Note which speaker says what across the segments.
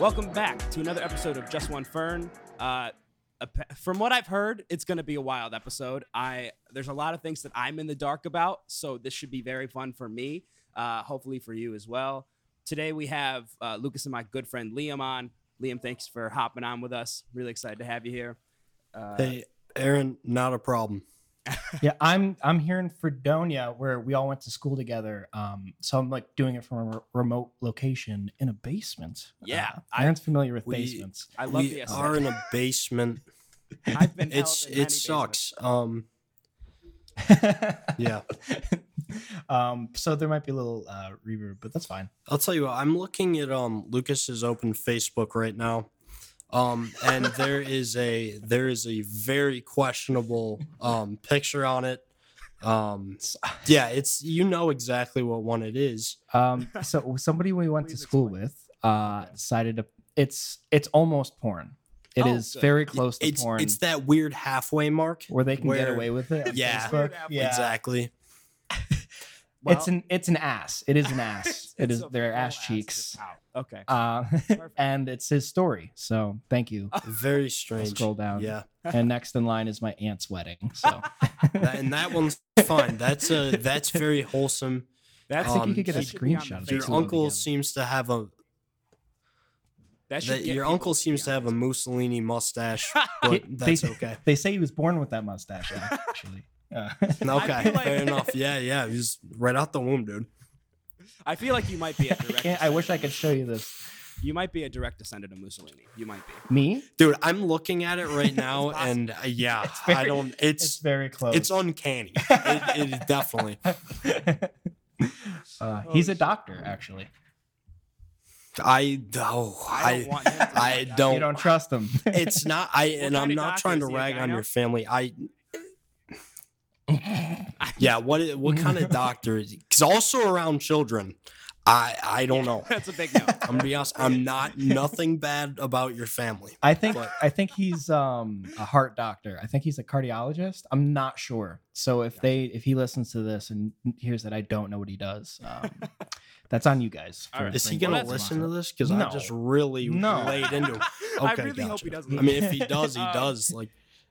Speaker 1: Welcome back to another episode of Just One Fern. Uh, ap- from what I've heard, it's going to be a wild episode. I there's a lot of things that I'm in the dark about, so this should be very fun for me. Uh, hopefully for you as well. Today we have uh, Lucas and my good friend Liam on. Liam, thanks for hopping on with us. Really excited to have you here. Uh,
Speaker 2: Hey, Aaron, not a problem.
Speaker 3: Yeah, I'm I'm here in Fredonia where we all went to school together. Um, so I'm like doing it from a re- remote location in a basement.
Speaker 1: Yeah,
Speaker 3: uh,
Speaker 1: I-
Speaker 3: Aaron's familiar with
Speaker 2: we-
Speaker 3: basements.
Speaker 1: I love
Speaker 2: we
Speaker 1: the aesthetic.
Speaker 2: are in a basement.
Speaker 1: I've been held
Speaker 2: it's
Speaker 1: in many
Speaker 2: it
Speaker 1: basements.
Speaker 2: sucks. Um, yeah,
Speaker 3: um, so there might be a little uh, reverb, but that's fine.
Speaker 2: I'll tell you what. I'm looking at um Lucas's open Facebook right now, um, and there is a there is a very questionable um picture on it. Um, yeah, it's you know exactly what one it is.
Speaker 3: Um, so somebody we went to
Speaker 1: Please
Speaker 3: school
Speaker 1: explain.
Speaker 3: with uh, decided to. It's it's almost porn. It is
Speaker 1: Oh, good.
Speaker 3: very close to
Speaker 2: It's
Speaker 3: porn
Speaker 2: it's that weird halfway mark.
Speaker 3: where they can get
Speaker 2: where-
Speaker 3: away with it. on
Speaker 2: Yeah.
Speaker 3: Facebook. yeah.
Speaker 2: Exactly.
Speaker 1: Well,
Speaker 3: it's an it's an ass. It is an ass. it
Speaker 1: it's
Speaker 3: is
Speaker 1: a
Speaker 3: their
Speaker 1: full
Speaker 3: ass
Speaker 1: just
Speaker 3: cheeks.
Speaker 1: out. Okay.
Speaker 3: Uh, and it's his story. So thank you.
Speaker 2: Very strange.
Speaker 3: scroll down.
Speaker 2: Yeah,
Speaker 3: and next in line is my aunt's wedding. So
Speaker 2: That- and that one's fine. That's a that's very wholesome.
Speaker 1: That's
Speaker 2: I think you could get a
Speaker 1: that Um, should be on
Speaker 3: screenshot
Speaker 1: the
Speaker 3: of
Speaker 2: Your
Speaker 3: Thanks
Speaker 1: Facebook.
Speaker 3: a lot
Speaker 2: uncle
Speaker 3: together.
Speaker 2: seems to have a
Speaker 1: That should
Speaker 2: that
Speaker 1: get
Speaker 2: your
Speaker 1: people
Speaker 2: uncle
Speaker 1: be
Speaker 2: seems to
Speaker 1: on
Speaker 2: have a
Speaker 1: Facebook.
Speaker 2: Mussolini mustache,
Speaker 3: He-
Speaker 2: but that's
Speaker 3: they,
Speaker 2: okay.
Speaker 3: They say he was born with that mustache, actually. Uh,
Speaker 2: Okay,
Speaker 1: feel like-
Speaker 2: fair enough. Yeah, yeah, he's right out the womb, dude.
Speaker 1: I feel like you might be a direct.
Speaker 3: can't- I wish I
Speaker 1: descendant
Speaker 3: could show you this.
Speaker 1: of- You might be a direct descendant of Mussolini. You might be.
Speaker 3: Me?
Speaker 2: Dude, I'm looking at it right now,
Speaker 1: possible.
Speaker 2: and uh, yeah,
Speaker 3: It's very-
Speaker 2: I don't.
Speaker 3: It's,
Speaker 2: It's
Speaker 3: very close.
Speaker 2: it's uncanny. it, it is definitely.
Speaker 3: uh,
Speaker 1: Oh,
Speaker 3: he's a
Speaker 1: shit.
Speaker 3: doctor, actually.
Speaker 2: I oh,
Speaker 1: I don't
Speaker 2: I
Speaker 1: want him to
Speaker 2: I
Speaker 1: die.
Speaker 2: don't-
Speaker 3: You don't trust him.
Speaker 2: it's not. I and
Speaker 1: kind
Speaker 2: I'm
Speaker 1: of
Speaker 2: not
Speaker 1: doctor
Speaker 2: trying to
Speaker 1: is he, a
Speaker 2: rag on
Speaker 1: gyno?
Speaker 2: your family. I
Speaker 3: I
Speaker 2: yeah. What i- what kind of doctor is? Because also around children, I I don't know.
Speaker 1: That's a big no.
Speaker 2: I'm gonna be honest. I'm not nothing bad about your family.
Speaker 3: think
Speaker 2: But-
Speaker 3: I think he's um, a heart doctor. I think he's a cardiologist. I'm not sure. So if they if he listens to this and hears that I don't know what he does, um, that's on you guys.
Speaker 1: All right.
Speaker 2: Is he
Speaker 1: Well,
Speaker 2: gonna
Speaker 1: that's
Speaker 2: listen to this? Because I
Speaker 3: No.
Speaker 2: just really
Speaker 3: No.
Speaker 2: laid into. It.
Speaker 1: I
Speaker 2: Okay,
Speaker 1: really hope he
Speaker 2: gotcha.
Speaker 1: doesn't.
Speaker 2: I mean, if he does, he
Speaker 1: Um,
Speaker 2: does. Like,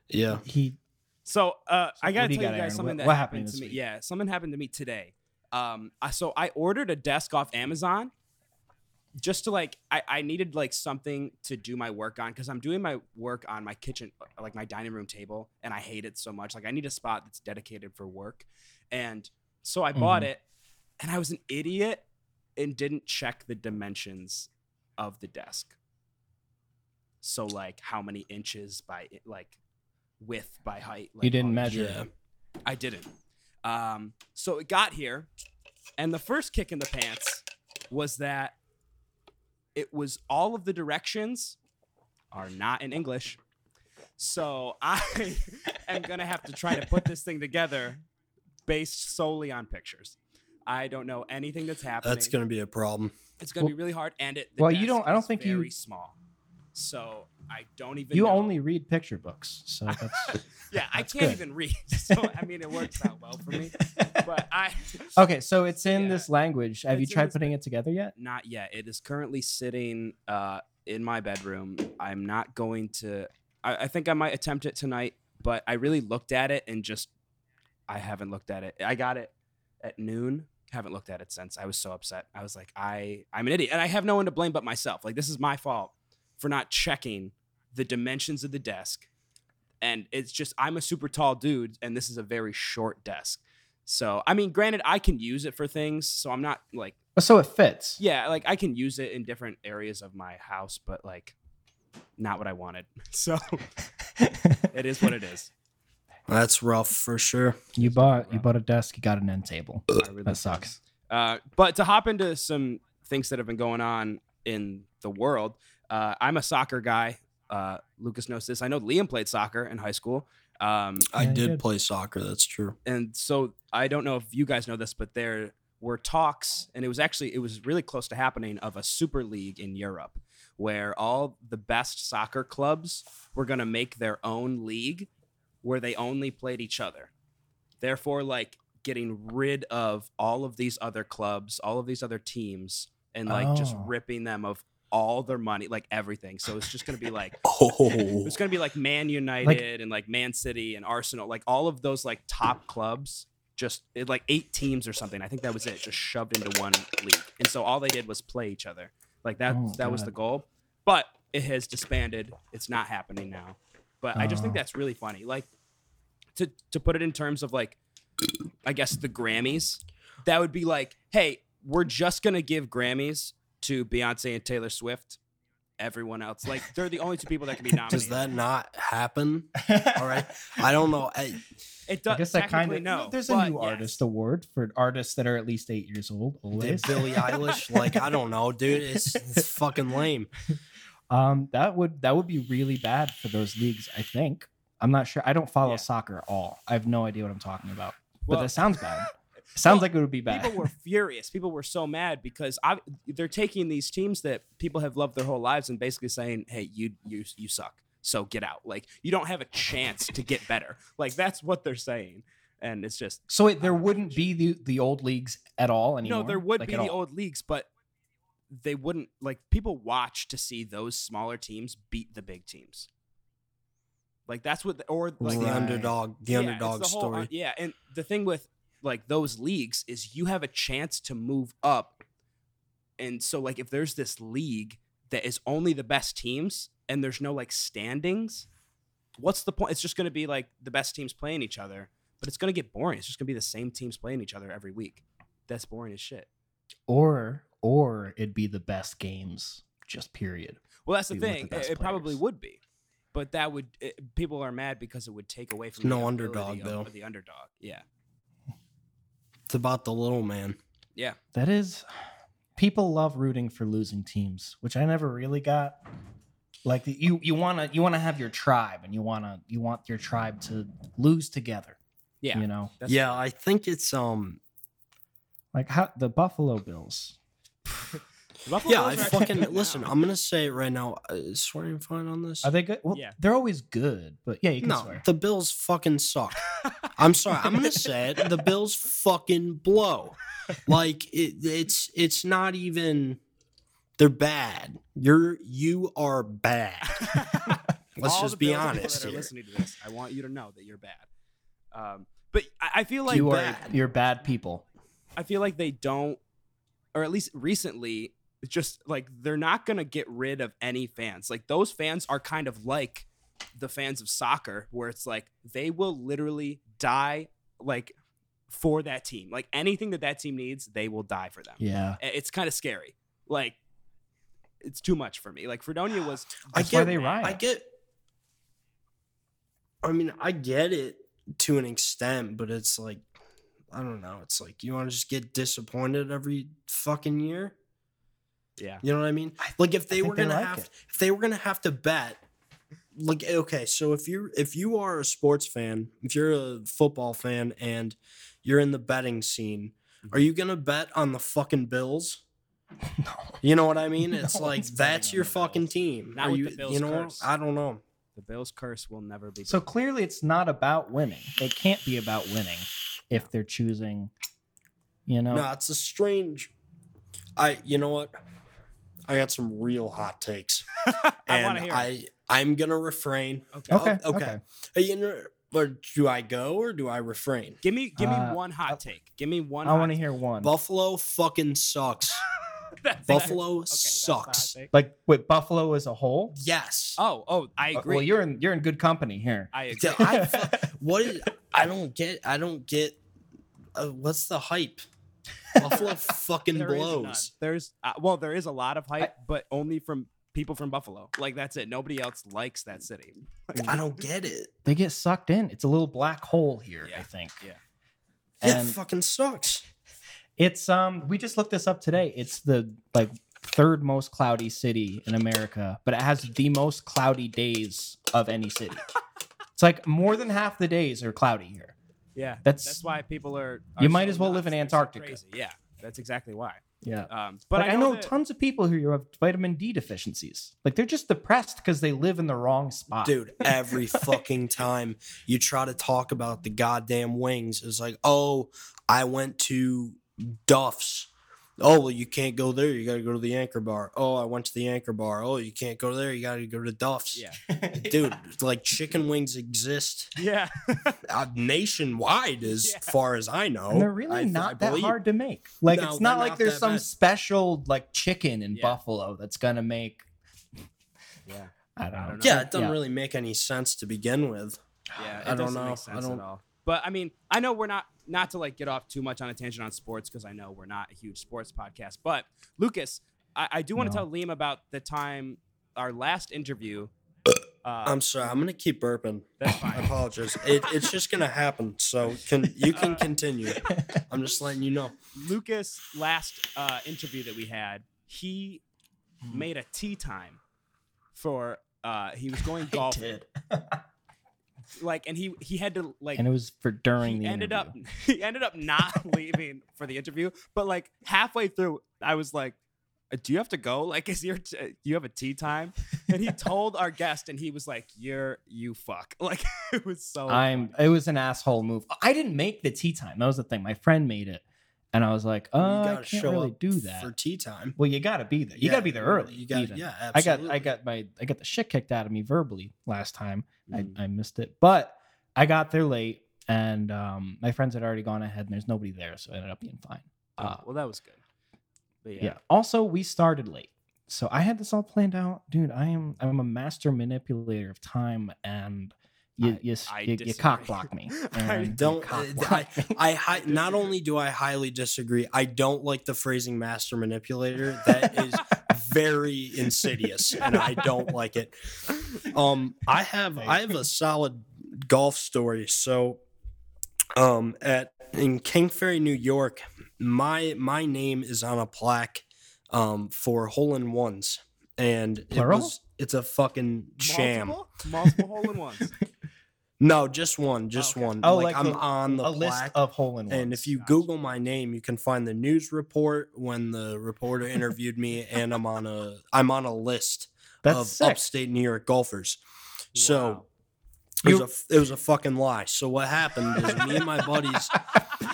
Speaker 2: yeah.
Speaker 3: He
Speaker 1: So uh, I
Speaker 3: what
Speaker 1: gotta
Speaker 3: do you
Speaker 1: tell
Speaker 3: got,
Speaker 1: you guys
Speaker 3: Aaron?
Speaker 1: something
Speaker 3: What-
Speaker 1: that
Speaker 3: what
Speaker 1: happened,
Speaker 3: happened
Speaker 1: to
Speaker 3: this
Speaker 1: me.
Speaker 3: week?
Speaker 1: Yeah, something happened to me today. Um, I, so I ordered a desk off Amazon just to like I, I needed like something to do my work on because I'm doing my work on my kitchen like my dining room table and I hate it so much. Like I need a spot that's dedicated for work, and so I bought
Speaker 3: Mhm.
Speaker 1: it, and I was an idiot and didn't check the dimensions of the desk. So like how many inches by like width by height. Like,
Speaker 3: you
Speaker 1: all
Speaker 3: didn't
Speaker 1: that
Speaker 3: measure.
Speaker 2: Yeah.
Speaker 3: it.
Speaker 1: I didn't. Um, so it got here, and the first kick in the pants was that it was all of the directions are not in English. So I am gonna have to try to put this thing together based solely on pictures. I don't know anything that's happening.
Speaker 2: That's gonna be a problem.
Speaker 1: it's gonna be really hard, and it. the
Speaker 3: Well, you
Speaker 1: desk
Speaker 3: don't- I don't
Speaker 1: is
Speaker 3: think you-
Speaker 1: very small. So I don't even.
Speaker 3: You
Speaker 1: know.
Speaker 3: only read picture books, so that's
Speaker 1: Yeah, I
Speaker 3: That's
Speaker 1: can't
Speaker 3: good.
Speaker 1: even read. So I mean, it works out well for me. But I.
Speaker 3: okay. So it's in
Speaker 1: Yeah.
Speaker 3: this language. Have
Speaker 1: It's in
Speaker 3: you tried
Speaker 1: this-
Speaker 3: putting it together yet?
Speaker 1: Not yet. It is currently sitting uh, in my bedroom. I'm not going to. I, I think I might attempt it tonight, but I really looked at it and just. I haven't looked at it. I got it at noon. Haven't looked at it since. I was so upset. I was like, I, I'm an idiot, and I have no one to blame but myself. Like this is my fault for not checking the dimensions of the desk, and it's just I'm a super tall dude, and this is a very short desk. So I mean, granted, I can use it for things, so I'm not like
Speaker 3: Oh, So it fits.
Speaker 1: yeah, like I can use it in different areas of my house, but like not what I wanted. So it is what it is.
Speaker 2: That's rough for sure.
Speaker 3: you bought you bought a desk. You got an end table.
Speaker 1: I really-
Speaker 3: That sucks.
Speaker 1: Uh, but to hop into some things that have been going on in the world, uh, I'm a soccer guy. Uh, Lucas knows this. I know Liam played soccer in high school. Um,
Speaker 2: I
Speaker 3: Yeah, you
Speaker 2: did
Speaker 3: did.
Speaker 2: play soccer. That's true.
Speaker 1: and so I don't know if you guys know this, but there were talks, and it was actually it was really close to happening of a super league in Europe, where all the best soccer clubs were going to make their own league, where they only played each other. Therefore, like getting rid of all of these other clubs, all of these other teams, and like just
Speaker 3: Oh.
Speaker 1: ripping them of all their money, like everything. So it's just gonna be like
Speaker 2: Oh,
Speaker 1: it's gonna be like Man United and like Man City and Arsenal, like all of those like top clubs. Just it, like eight teams or something. I think that was it. Just shoved into one league, and so all they did was play each other. Like that.
Speaker 3: Oh,
Speaker 1: that was
Speaker 3: God.
Speaker 1: the goal. But it has disbanded. It's not happening now. But I just think
Speaker 3: Oh.
Speaker 1: that's really funny. Like to to put it in terms of like, I guess the Grammys. That would be like, hey, we're just gonna give Grammys to Beyonce and Taylor Swift. Everyone else, like they're the only two people that can be nominated.
Speaker 2: does that not happen? All right, I don't know. I,
Speaker 1: It does.
Speaker 3: I guess that kind of
Speaker 1: no.
Speaker 3: There's a
Speaker 1: but
Speaker 3: new
Speaker 1: yes.
Speaker 3: artist award for artists that are at least eight years old. Always.
Speaker 2: did Billie Eilish, like I don't know, dude. It's, it's fucking lame.
Speaker 3: Um, that would that would be really bad for those leagues. I think. I'm not sure. I don't follow
Speaker 1: Yeah.
Speaker 3: soccer at all. I have no idea what I'm talking about.
Speaker 1: Well,
Speaker 3: but that sounds bad. sounds
Speaker 1: well,
Speaker 3: like it would be bad.
Speaker 1: people were furious. People were so mad because I, they're taking these teams that people have loved their whole lives and basically saying, "Hey, you you you suck. So get out. Like you don't have a chance to get better. Like that's what they're saying." And it's just
Speaker 3: so wait, there wouldn't be the the old leagues at all anymore.
Speaker 1: no, there would
Speaker 3: Like,
Speaker 1: be
Speaker 3: at
Speaker 1: the
Speaker 3: all?
Speaker 1: old leagues, but they wouldn't like people watch to see those smaller teams beat the big teams. Like that's what, the, or
Speaker 2: It's
Speaker 1: like
Speaker 2: the
Speaker 3: Right.
Speaker 2: underdog, the
Speaker 1: Yeah, it's
Speaker 2: underdog
Speaker 1: the whole- uh,
Speaker 2: story.
Speaker 1: yeah, and the thing with like those leagues is you have a chance to move up, and so like if there's this league that is only the best teams and there's no like standings, what's the point? It's just going to be like the best teams playing each other, but it's going to get boring. It's just going to be the same teams playing each other every week. That's boring as shit.
Speaker 3: Or or it'd be the best games. Just period.
Speaker 1: Well, that's the
Speaker 3: Be with the
Speaker 1: thing.
Speaker 3: best
Speaker 1: it, it probably
Speaker 3: players.
Speaker 1: would be, but that would it, people are mad because it would take away from
Speaker 2: No
Speaker 1: the
Speaker 2: underdog,
Speaker 1: ability of-
Speaker 2: though.
Speaker 1: of The underdog, yeah,
Speaker 2: It's about the little man.
Speaker 1: yeah.
Speaker 3: That is, people love rooting for losing teams, which I never really got. Like the, you, you wanna you wanna have your tribe, and you wanna you want your tribe to lose together.
Speaker 1: Yeah.
Speaker 3: you know,
Speaker 1: That's-
Speaker 2: yeah, I think it's um.
Speaker 3: like how the Buffalo Bills.
Speaker 1: The Buffalo
Speaker 2: Yeah,
Speaker 1: Bills
Speaker 2: I
Speaker 1: are actually
Speaker 2: fucking
Speaker 1: good now.
Speaker 2: listen. I'm gonna say it right now. Uh, swearing fine on this.
Speaker 3: Are they good? Well,
Speaker 1: Yeah.
Speaker 3: they're always good, but yeah, you can
Speaker 2: no,
Speaker 3: swear.
Speaker 2: the Bills fucking suck. I'm sorry. I'm gonna say it. The Bills fucking blow. Like it, it's it's not even. They're bad. You're you are bad. Let's
Speaker 1: All the
Speaker 2: just be
Speaker 1: Bills people
Speaker 2: honest
Speaker 1: That are
Speaker 2: here.
Speaker 1: listening to this, I want you to know that you're bad. Um, but I, I feel like
Speaker 3: you are
Speaker 1: that-
Speaker 3: you're bad people.
Speaker 1: I feel like they don't, or at least recently, it's just like they're not gonna get rid of any fans. Like those fans are kind of like the fans of soccer, where it's like they will literally die like for that team. Like anything that that team needs, they will die for them.
Speaker 3: Yeah,
Speaker 1: I- It's kind of scary. Like it's too much for me. Like Fredonia was.
Speaker 2: I
Speaker 3: that's why
Speaker 2: get.
Speaker 3: they riot.
Speaker 2: I get. I mean, I get it to an extent, but it's like, I don't know. It's like you want to just get disappointed every fucking year.
Speaker 1: Yeah.
Speaker 2: You know what I mean? Like if they
Speaker 3: think
Speaker 2: were
Speaker 3: they
Speaker 2: gonna
Speaker 3: like
Speaker 2: have
Speaker 3: it.
Speaker 2: if they were gonna have to bet, like okay, so if you if you are a sports fan, if you're a football fan and you're in the betting scene, are you gonna bet on the fucking Bills?
Speaker 3: No.
Speaker 2: You know what I mean?
Speaker 3: No
Speaker 2: It's like
Speaker 3: one's betting
Speaker 2: that's
Speaker 3: on
Speaker 2: your
Speaker 3: the
Speaker 2: fucking
Speaker 3: Bills.
Speaker 2: team.
Speaker 1: Not
Speaker 2: Are
Speaker 1: with
Speaker 2: you,
Speaker 1: the Bills
Speaker 2: you know,
Speaker 1: curse.
Speaker 2: I don't know.
Speaker 1: The Bills curse will never be.
Speaker 3: So clearly, it's not about winning. They can't be about winning if they're choosing. You know,
Speaker 2: No, it's a strange. I you know what? I got some real hot takes,
Speaker 1: I
Speaker 2: and
Speaker 1: want to hear. it.
Speaker 2: I I'm gonna refrain.
Speaker 1: Okay.
Speaker 3: Okay.
Speaker 2: Oh, okay.
Speaker 3: okay.
Speaker 2: Uh, You know, but do I go or do I refrain?
Speaker 1: Give me give me
Speaker 3: Uh,
Speaker 1: one hot
Speaker 3: I-
Speaker 1: take. Give me one.
Speaker 3: I
Speaker 1: hot
Speaker 3: want to hear one.
Speaker 2: Buffalo fucking sucks.
Speaker 1: take. That's- that's-
Speaker 2: Buffalo
Speaker 1: okay, that's the hot
Speaker 2: sucks.
Speaker 1: take.
Speaker 3: like wait, Buffalo as a whole.
Speaker 2: Yes.
Speaker 1: Oh, oh, I agree.
Speaker 3: Uh, Well, you're in you're in good company here.
Speaker 1: I agree.
Speaker 2: Yeah, I fu- what is, I don't get. I don't get. Uh, what's the hype? Buffalo fucking
Speaker 1: There is none.
Speaker 2: blows.
Speaker 1: There's uh, well, there is a lot of hype, but only from people from Buffalo. Like that's it. Nobody else likes that city.
Speaker 2: I don't get it.
Speaker 3: They get sucked in. It's a little black hole here.
Speaker 1: Yeah,
Speaker 3: I think.
Speaker 1: yeah.
Speaker 2: it
Speaker 3: And
Speaker 2: fucking sucks.
Speaker 3: it's um. We just looked this up today. It's the like third most cloudy city in America, but it has the most cloudy days of any city. it's like more than half the days are cloudy here.
Speaker 1: Yeah,
Speaker 3: That's-
Speaker 1: that's why people are.
Speaker 3: You
Speaker 1: are
Speaker 3: might
Speaker 1: so
Speaker 3: as well
Speaker 1: nuts.
Speaker 3: live in
Speaker 1: They're so
Speaker 3: Antarctica.
Speaker 1: crazy. Yeah, that's exactly why.
Speaker 3: Yeah.
Speaker 1: Um,
Speaker 3: But
Speaker 1: but
Speaker 3: I know,
Speaker 1: that-
Speaker 3: tons of people who have vitamin D deficiencies. Like they're just depressed because they live in the wrong spot.
Speaker 2: Dude, every fucking time you try to talk about the goddamn wings, it's like, oh, I went to Duff's Oh well, you can't go there. You got to go to the Anchor Bar. Oh, I went to the Anchor Bar. Oh, you can't go there. You got to go to Duff's.
Speaker 1: Yeah.
Speaker 2: dude, it's like chicken wings exist
Speaker 1: Yeah.
Speaker 2: uh, nationwide, as
Speaker 1: Yeah.
Speaker 2: far as I know.
Speaker 3: and they're really
Speaker 2: I-
Speaker 3: not
Speaker 2: I
Speaker 3: that
Speaker 2: believe.
Speaker 3: hard to make. Like
Speaker 2: No,
Speaker 3: it's not
Speaker 2: they're
Speaker 3: like
Speaker 2: not
Speaker 3: there's
Speaker 2: that
Speaker 3: some
Speaker 2: bad.
Speaker 3: special like chicken in
Speaker 1: Yeah.
Speaker 3: Buffalo that's gonna make
Speaker 1: Yeah.
Speaker 3: I don't
Speaker 1: I
Speaker 3: know.
Speaker 1: don't know.
Speaker 2: Yeah, it doesn't really make any sense to begin with.
Speaker 1: Yeah, it
Speaker 2: I don't
Speaker 1: doesn't
Speaker 2: know. I
Speaker 1: make sense
Speaker 2: don't-
Speaker 1: at all. But I mean, I know we're not not to like get off too much on a tangent on sports because I know we're not a huge sports podcast. But Lucas, I, I do want
Speaker 3: No.
Speaker 1: to tell Liam about the time our last interview. Uh,
Speaker 2: I'm sorry. I'm gonna keep burping.
Speaker 1: that's
Speaker 2: I
Speaker 1: fine.
Speaker 2: apologize. It, it's just gonna happen. So can you can continue? I'm just letting you know.
Speaker 1: Lucas' last uh, interview that we had, he made a tea time for. Uh, he was going golf,
Speaker 3: did.
Speaker 1: like, and he he had to like
Speaker 3: And it was for during
Speaker 1: he
Speaker 3: the
Speaker 1: ended
Speaker 3: interview.
Speaker 1: up he ended up not leaving for the interview but like halfway through i was like "Uh, do you have to go like is your t- uh, do you have a tea time and he told our guest and he was like you're you fuck like it was
Speaker 2: Oh
Speaker 1: so
Speaker 3: I'm it was an asshole move. I didn't make the tea time. That was the thing. My friend made it. And I was like, oh,
Speaker 2: You
Speaker 3: I
Speaker 2: gotta
Speaker 3: can't
Speaker 2: show
Speaker 3: really
Speaker 2: up
Speaker 3: do that.
Speaker 2: for tea time.
Speaker 3: well, you gotta be there. You
Speaker 2: Yeah,
Speaker 3: gotta be there early.
Speaker 2: You got
Speaker 3: even.
Speaker 2: yeah.
Speaker 3: I got
Speaker 2: Absolutely.
Speaker 3: I got my I got the shit kicked out of me verbally last time.
Speaker 1: Mm.
Speaker 3: I, I missed it. But I got there late and um, my friends had already gone ahead and there's nobody there, so it ended up being fine. Uh,
Speaker 1: well that was good but
Speaker 3: yeah. Also, we started late. So I had this all planned out. Dude, I am I'm a master manipulator of time and you
Speaker 1: I-
Speaker 3: you, s-
Speaker 1: I
Speaker 3: you, you
Speaker 1: disagree.
Speaker 3: cock block me.
Speaker 1: I
Speaker 3: and you
Speaker 2: don't-
Speaker 3: cock
Speaker 2: I-
Speaker 3: block me.
Speaker 2: I, hi- not only do I highly disagree, I don't like the phrasing master manipulator. That is very insidious and I don't like it. Um I have I have a solid golf story. So um at in King Ferry, New York, my my name is on a plaque um for hole in ones. And it
Speaker 3: Plural?
Speaker 2: was- it's a fucking sham.
Speaker 1: multiple, multiple hole in ones
Speaker 2: No, just one, just
Speaker 1: okay.
Speaker 2: one.
Speaker 3: Oh,
Speaker 2: like,
Speaker 3: like
Speaker 2: I'm
Speaker 3: a-
Speaker 2: on the
Speaker 3: a
Speaker 2: plaque.
Speaker 3: list of hole in ones.
Speaker 2: And if you
Speaker 1: Gotcha.
Speaker 2: Google my name, you can find the news report when the reporter interviewed me, and I'm on a I'm on a list
Speaker 3: that's
Speaker 2: of
Speaker 3: sick.
Speaker 2: upstate New York golfers. So
Speaker 1: Wow.
Speaker 2: it was, a, f- it was a fucking lie. So what happened is me and my buddies,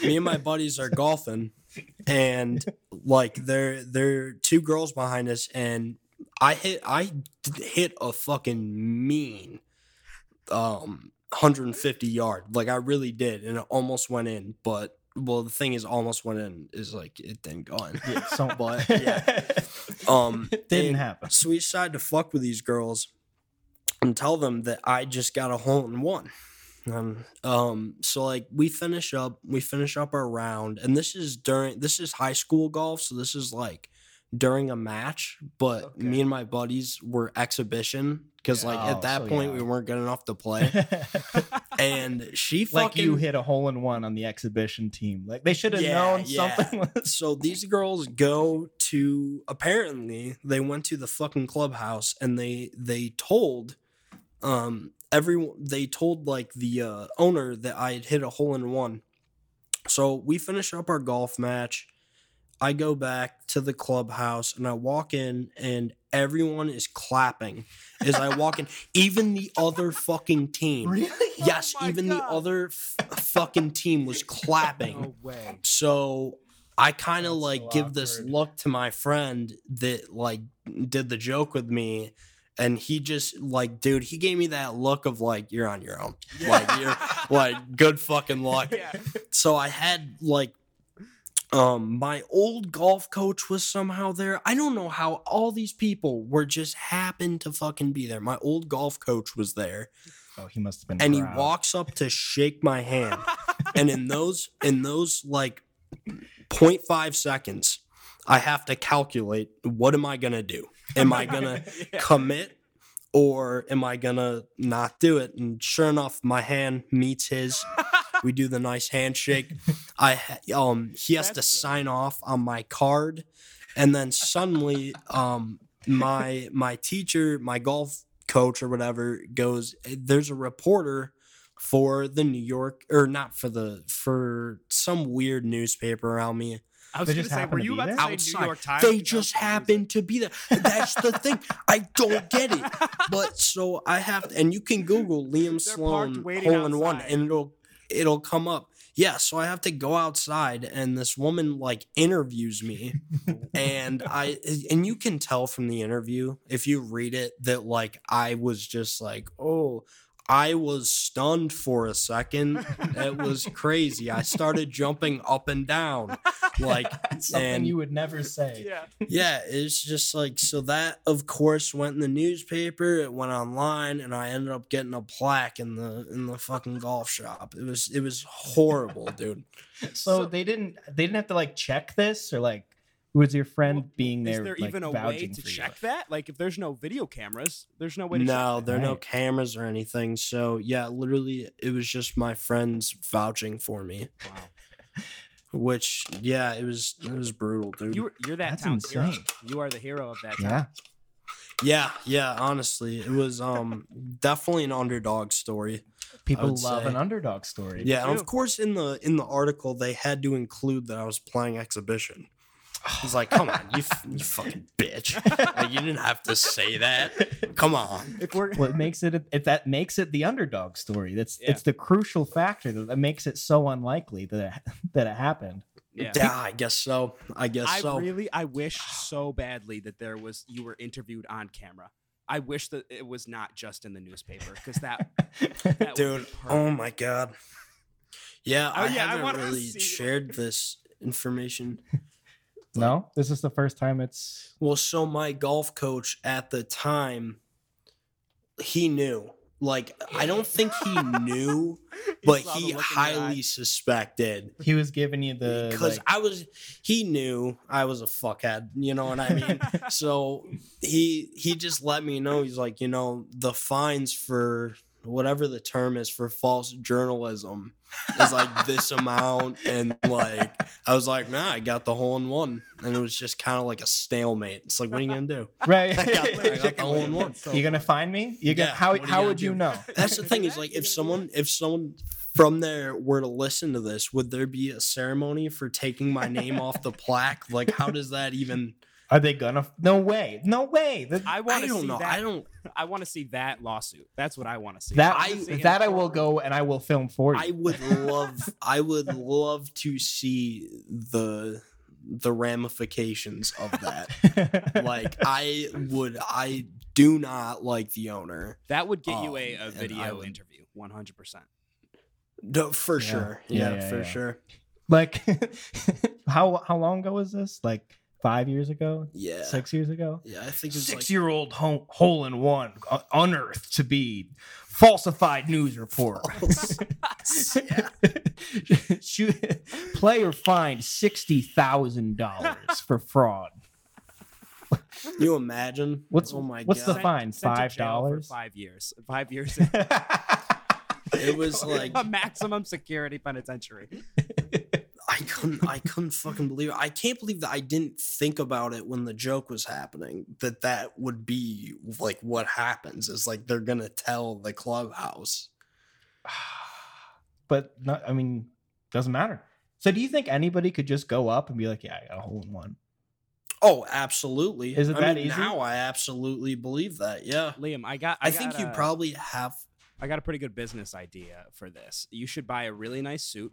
Speaker 2: me and my buddies are golfing, and like there there are two girls behind us, and I hit I d- hit a fucking mean, um, 150 yard. Like I really did, and it almost went in. But well, the thing is, almost went in is like it didn't go in.
Speaker 3: yeah, so
Speaker 2: But yeah, um,
Speaker 3: didn't
Speaker 2: and-
Speaker 3: happen.
Speaker 2: so we decided to fuck with these girls and tell them that I just got a hole in one. Um, um, so like we finish up, we finish up our round, and this is during this is high school golf, so this is like during a match. But
Speaker 1: Okay.
Speaker 2: me and my buddies were exhibition because
Speaker 1: Yeah.
Speaker 2: like
Speaker 3: Oh,
Speaker 2: at that
Speaker 3: so
Speaker 2: point
Speaker 3: yeah.
Speaker 2: we weren't good enough to play. and she fucking
Speaker 3: like you hit a hole in one on the exhibition team. Like they should have
Speaker 2: Yeah,
Speaker 3: known
Speaker 2: yeah.
Speaker 3: something. was-
Speaker 2: so these girls go to apparently they went to the fucking clubhouse and they they told um everyone they told like the uh, owner that I had hit a hole in one. So we finish up our golf match. I go back to the clubhouse and I walk in and everyone is clapping as I walk in. Even the other fucking team.
Speaker 3: really?
Speaker 2: Yes,
Speaker 1: Oh my
Speaker 2: even the
Speaker 1: God. Oh
Speaker 2: other f- fucking team was clapping.
Speaker 1: no way
Speaker 2: So I kind of
Speaker 3: That's
Speaker 2: like
Speaker 3: so
Speaker 2: give this
Speaker 3: awkward.
Speaker 2: look to my friend that like did the joke with me. And he just like, dude, he gave me that look of like, you're on your own. Like, you're like, good fucking luck.
Speaker 1: yeah
Speaker 2: So I had like, um, my old golf coach was somehow there. I don't know how all these people were just happened to fucking be there. My old golf coach was there
Speaker 3: Oh, he must have been.
Speaker 2: and he
Speaker 3: proud.
Speaker 2: walks up to shake my hand and in those in those like 0.5 seconds i have to calculate what am i gonna do am i gonna
Speaker 1: Yeah.
Speaker 2: commit or am i gonna not do it and sure enough my hand meets his we do the nice handshake i ha- um he has to
Speaker 1: That's
Speaker 2: sign off on my card and then suddenly um my my teacher my golf coach or whatever goes there's a reporter for the new york or not for the for some weird newspaper around me
Speaker 1: i was
Speaker 3: They
Speaker 1: gonna
Speaker 3: just
Speaker 1: say
Speaker 3: happen
Speaker 1: were
Speaker 3: to
Speaker 1: you
Speaker 3: be
Speaker 1: about
Speaker 3: there?
Speaker 1: to say new york times Because
Speaker 2: they
Speaker 1: I was
Speaker 2: just
Speaker 1: confused.
Speaker 2: happen to be there. That's the thing. I don't get it. But so I have, and you can Google Liam
Speaker 1: They're parked
Speaker 2: Sloan
Speaker 1: waiting
Speaker 2: hole in one,
Speaker 1: outside.
Speaker 2: and it'll it'll come up. Yeah, so I have to go outside and this woman like interviews me and I and you can tell from the interview if you read it that like I was just like, "Oh, I was stunned for a second. It was crazy. I started jumping up and down. Like
Speaker 3: Something
Speaker 2: and-
Speaker 3: you would never say.
Speaker 1: yeah.
Speaker 2: yeah, it's just like so that of course went in the newspaper, it went online, and I ended up getting a plaque in the in the fucking golf shop. It was it was horrible, dude.
Speaker 3: So, they didn't they didn't have to like check this or like was your friend
Speaker 1: Well,
Speaker 3: being
Speaker 1: Is
Speaker 3: there?
Speaker 1: there
Speaker 3: like,
Speaker 1: even a way
Speaker 3: vouching
Speaker 1: to
Speaker 3: for you?
Speaker 1: check that? Like, if there's no video cameras, there's no way to
Speaker 2: No, there are no
Speaker 3: Right.
Speaker 2: cameras or anything. So yeah, literally it was just my friends vouching for me.
Speaker 1: check that. Wow.
Speaker 2: Which yeah, it was it was brutal, dude.
Speaker 1: You, were- you're that
Speaker 3: That's
Speaker 1: town's hero.
Speaker 3: insane.
Speaker 1: You are the hero of that town.
Speaker 3: Yeah.
Speaker 2: yeah, yeah, honestly. It was um definitely an underdog story.
Speaker 3: People
Speaker 2: would
Speaker 3: love
Speaker 2: say.
Speaker 3: an underdog story.
Speaker 2: Yeah, and
Speaker 1: do.
Speaker 2: of course in the in the article they had to include that I was playing exhibition. He's like, come on, you, f- you fucking bitch! Like, you didn't have to say that. Come on.
Speaker 1: If we're
Speaker 3: What makes it if that makes it the underdog story. That's
Speaker 1: Yeah.
Speaker 3: it's the crucial factor that, that makes it so unlikely that it, that it happened.
Speaker 1: yeah.
Speaker 2: Yeah, I guess so. I guess
Speaker 1: I
Speaker 2: so.
Speaker 1: really, I wish so badly that there was you were interviewed on camera. I wish that it was not just in the newspaper because that, that would be
Speaker 2: Dude,
Speaker 1: perfect.
Speaker 2: oh my god. Yeah, I
Speaker 1: Oh, yeah, I
Speaker 2: haven't
Speaker 1: wanna
Speaker 2: really
Speaker 1: see it.
Speaker 2: shared this information.
Speaker 3: no, this is the first time it's
Speaker 2: Well, so my golf coach at the time, he knew. Like, I don't think he knew,
Speaker 1: You
Speaker 2: but
Speaker 1: saw the
Speaker 2: he
Speaker 1: look in their
Speaker 2: highly
Speaker 1: eye.
Speaker 2: suspected.
Speaker 3: he was giving you the
Speaker 2: because
Speaker 3: Uh, like-
Speaker 2: I was he knew I was a fuckhead, you know what I mean? so he he just let me know he's like, you know, the fines for whatever the term is for false journalism is like this amount and like I was like, nah, I got the hole in one. And it was just kind of like a stalemate. It's like, what are you gonna do?
Speaker 3: right.
Speaker 2: I got- I got the hole in one.
Speaker 3: you gonna find me? You gonna
Speaker 2: Yeah,
Speaker 3: how
Speaker 2: what are you
Speaker 3: how
Speaker 2: gonna
Speaker 3: would you
Speaker 2: do?
Speaker 3: know?
Speaker 2: That's the thing, is like if someone if someone from there were to listen to this, would there be a ceremony for taking my name off the plaque? Like how does that even
Speaker 3: Are they gonna? No way! No way! That
Speaker 1: I want
Speaker 2: I
Speaker 1: to see
Speaker 2: don't know.
Speaker 1: that.
Speaker 2: I don't
Speaker 1: I want to see that lawsuit. That's what I want to see.
Speaker 3: that
Speaker 1: wanna
Speaker 2: I-
Speaker 1: see him
Speaker 3: that I will
Speaker 1: courtroom.
Speaker 3: go and I will film for you.
Speaker 2: I would love I would love to see the the ramifications of that. Like I would I do not like the owner.
Speaker 1: That would get
Speaker 2: Um,
Speaker 1: you a, a
Speaker 2: and I
Speaker 1: video
Speaker 2: would-
Speaker 1: interview, one hundred percent.
Speaker 2: No, for
Speaker 3: Yeah.
Speaker 2: sure.
Speaker 3: Yeah,
Speaker 2: Yeah,
Speaker 3: yeah,
Speaker 2: for
Speaker 3: yeah.
Speaker 2: sure.
Speaker 3: like how how long ago was this? Like five years ago,
Speaker 2: Yeah.
Speaker 3: six years ago.
Speaker 2: yeah, I think it's like
Speaker 3: year old hole, hole in one uh, unearthed to be falsified news report. Shoot, player fined sixty thousand dollars for fraud.
Speaker 2: Can you imagine?
Speaker 3: What's-
Speaker 2: oh my
Speaker 3: what's the
Speaker 2: god.
Speaker 3: fine, $5?
Speaker 1: Five years. Five years.
Speaker 2: it was like
Speaker 1: a maximum security penitentiary.
Speaker 2: I couldn't I couldn't fucking believe it. I can't believe that I didn't think about it when the joke was happening that that would be like what happens is like they're going to tell the clubhouse.
Speaker 3: but not, I mean, doesn't matter. So, do you think anybody could just go up and be like, "Yeah, I got a hole in one"?
Speaker 2: Oh, absolutely.
Speaker 3: Is it
Speaker 2: I
Speaker 3: that
Speaker 2: mean,
Speaker 3: easy?
Speaker 2: Now I absolutely believe that. Yeah.
Speaker 1: Liam, I got.
Speaker 2: I,
Speaker 1: I,
Speaker 2: think
Speaker 1: got
Speaker 2: you
Speaker 1: a-
Speaker 2: probably have
Speaker 1: I got a pretty good business idea for this. You should buy a really nice suit,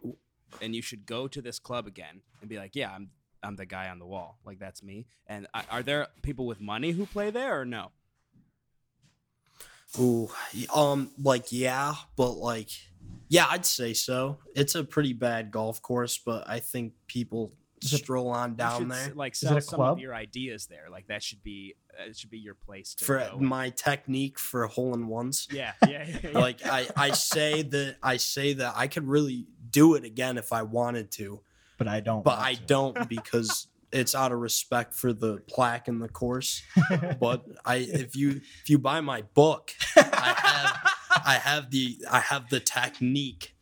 Speaker 1: and you should go to this club again and be like, "Yeah, I'm I'm the guy on the wall. Like that's me." And I, are there people with money who play there or no?
Speaker 2: Ooh, y- um, like yeah, but like, yeah, I'd say so. It's a pretty bad golf course, but I think people
Speaker 3: Is it-
Speaker 2: stroll on
Speaker 1: You
Speaker 2: down
Speaker 1: should s-
Speaker 2: there
Speaker 1: like
Speaker 3: it
Speaker 1: sell
Speaker 3: a
Speaker 1: some
Speaker 3: club?
Speaker 1: of your ideas there. Like that should be it should be your place to
Speaker 2: for
Speaker 1: go.
Speaker 2: my technique for hole in ones.
Speaker 1: yeah, yeah, yeah, yeah.
Speaker 2: Like I, I say that I say that I could really do it again if I wanted to,
Speaker 3: But I don't.
Speaker 2: but
Speaker 3: want
Speaker 2: I
Speaker 3: to.
Speaker 2: don't because it's out of respect for the plaque and the course. But I, if you if you buy my book, I have I have the I have the technique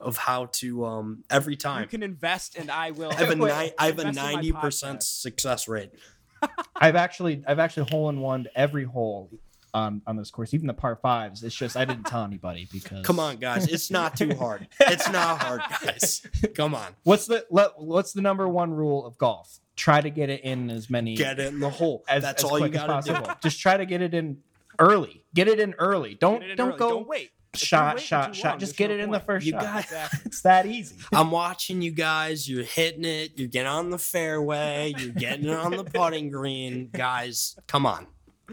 Speaker 2: of how to um every
Speaker 1: you
Speaker 2: time.
Speaker 1: can invest, and I will.
Speaker 2: I have a
Speaker 3: Wait,
Speaker 2: ni- I have
Speaker 1: invest
Speaker 2: a
Speaker 1: in my
Speaker 2: ninety percent
Speaker 1: podcast.
Speaker 2: success rate.
Speaker 3: I've actually, I've actually hole in one every hole on on this course, even the par fives. It's just I didn't tell anybody because
Speaker 2: Come on, guys, it's not too hard. It's not hard, guys. Come on,
Speaker 3: What's the let, what's the number one rule of golf? Try to get it in as many
Speaker 2: get it in the hole.
Speaker 3: as,
Speaker 2: That's
Speaker 3: as
Speaker 2: all you
Speaker 3: quick as
Speaker 2: gotta do.
Speaker 3: possible. Just try to get it in early. Get it in early. Don't
Speaker 1: Get it in
Speaker 3: don't
Speaker 1: early.
Speaker 3: go
Speaker 1: Don't wait.
Speaker 3: shot,
Speaker 1: waiting
Speaker 3: shot,
Speaker 1: too
Speaker 3: shot.
Speaker 1: long,
Speaker 3: Just
Speaker 1: there's
Speaker 3: get
Speaker 1: no
Speaker 3: it in the
Speaker 1: point.
Speaker 3: first
Speaker 2: You
Speaker 3: shot.
Speaker 2: got-
Speaker 1: Exactly.
Speaker 3: it's that easy.
Speaker 2: I'm watching you guys. You're hitting it. You're getting on the fairway. You're getting it on the putting green. Guys, come on.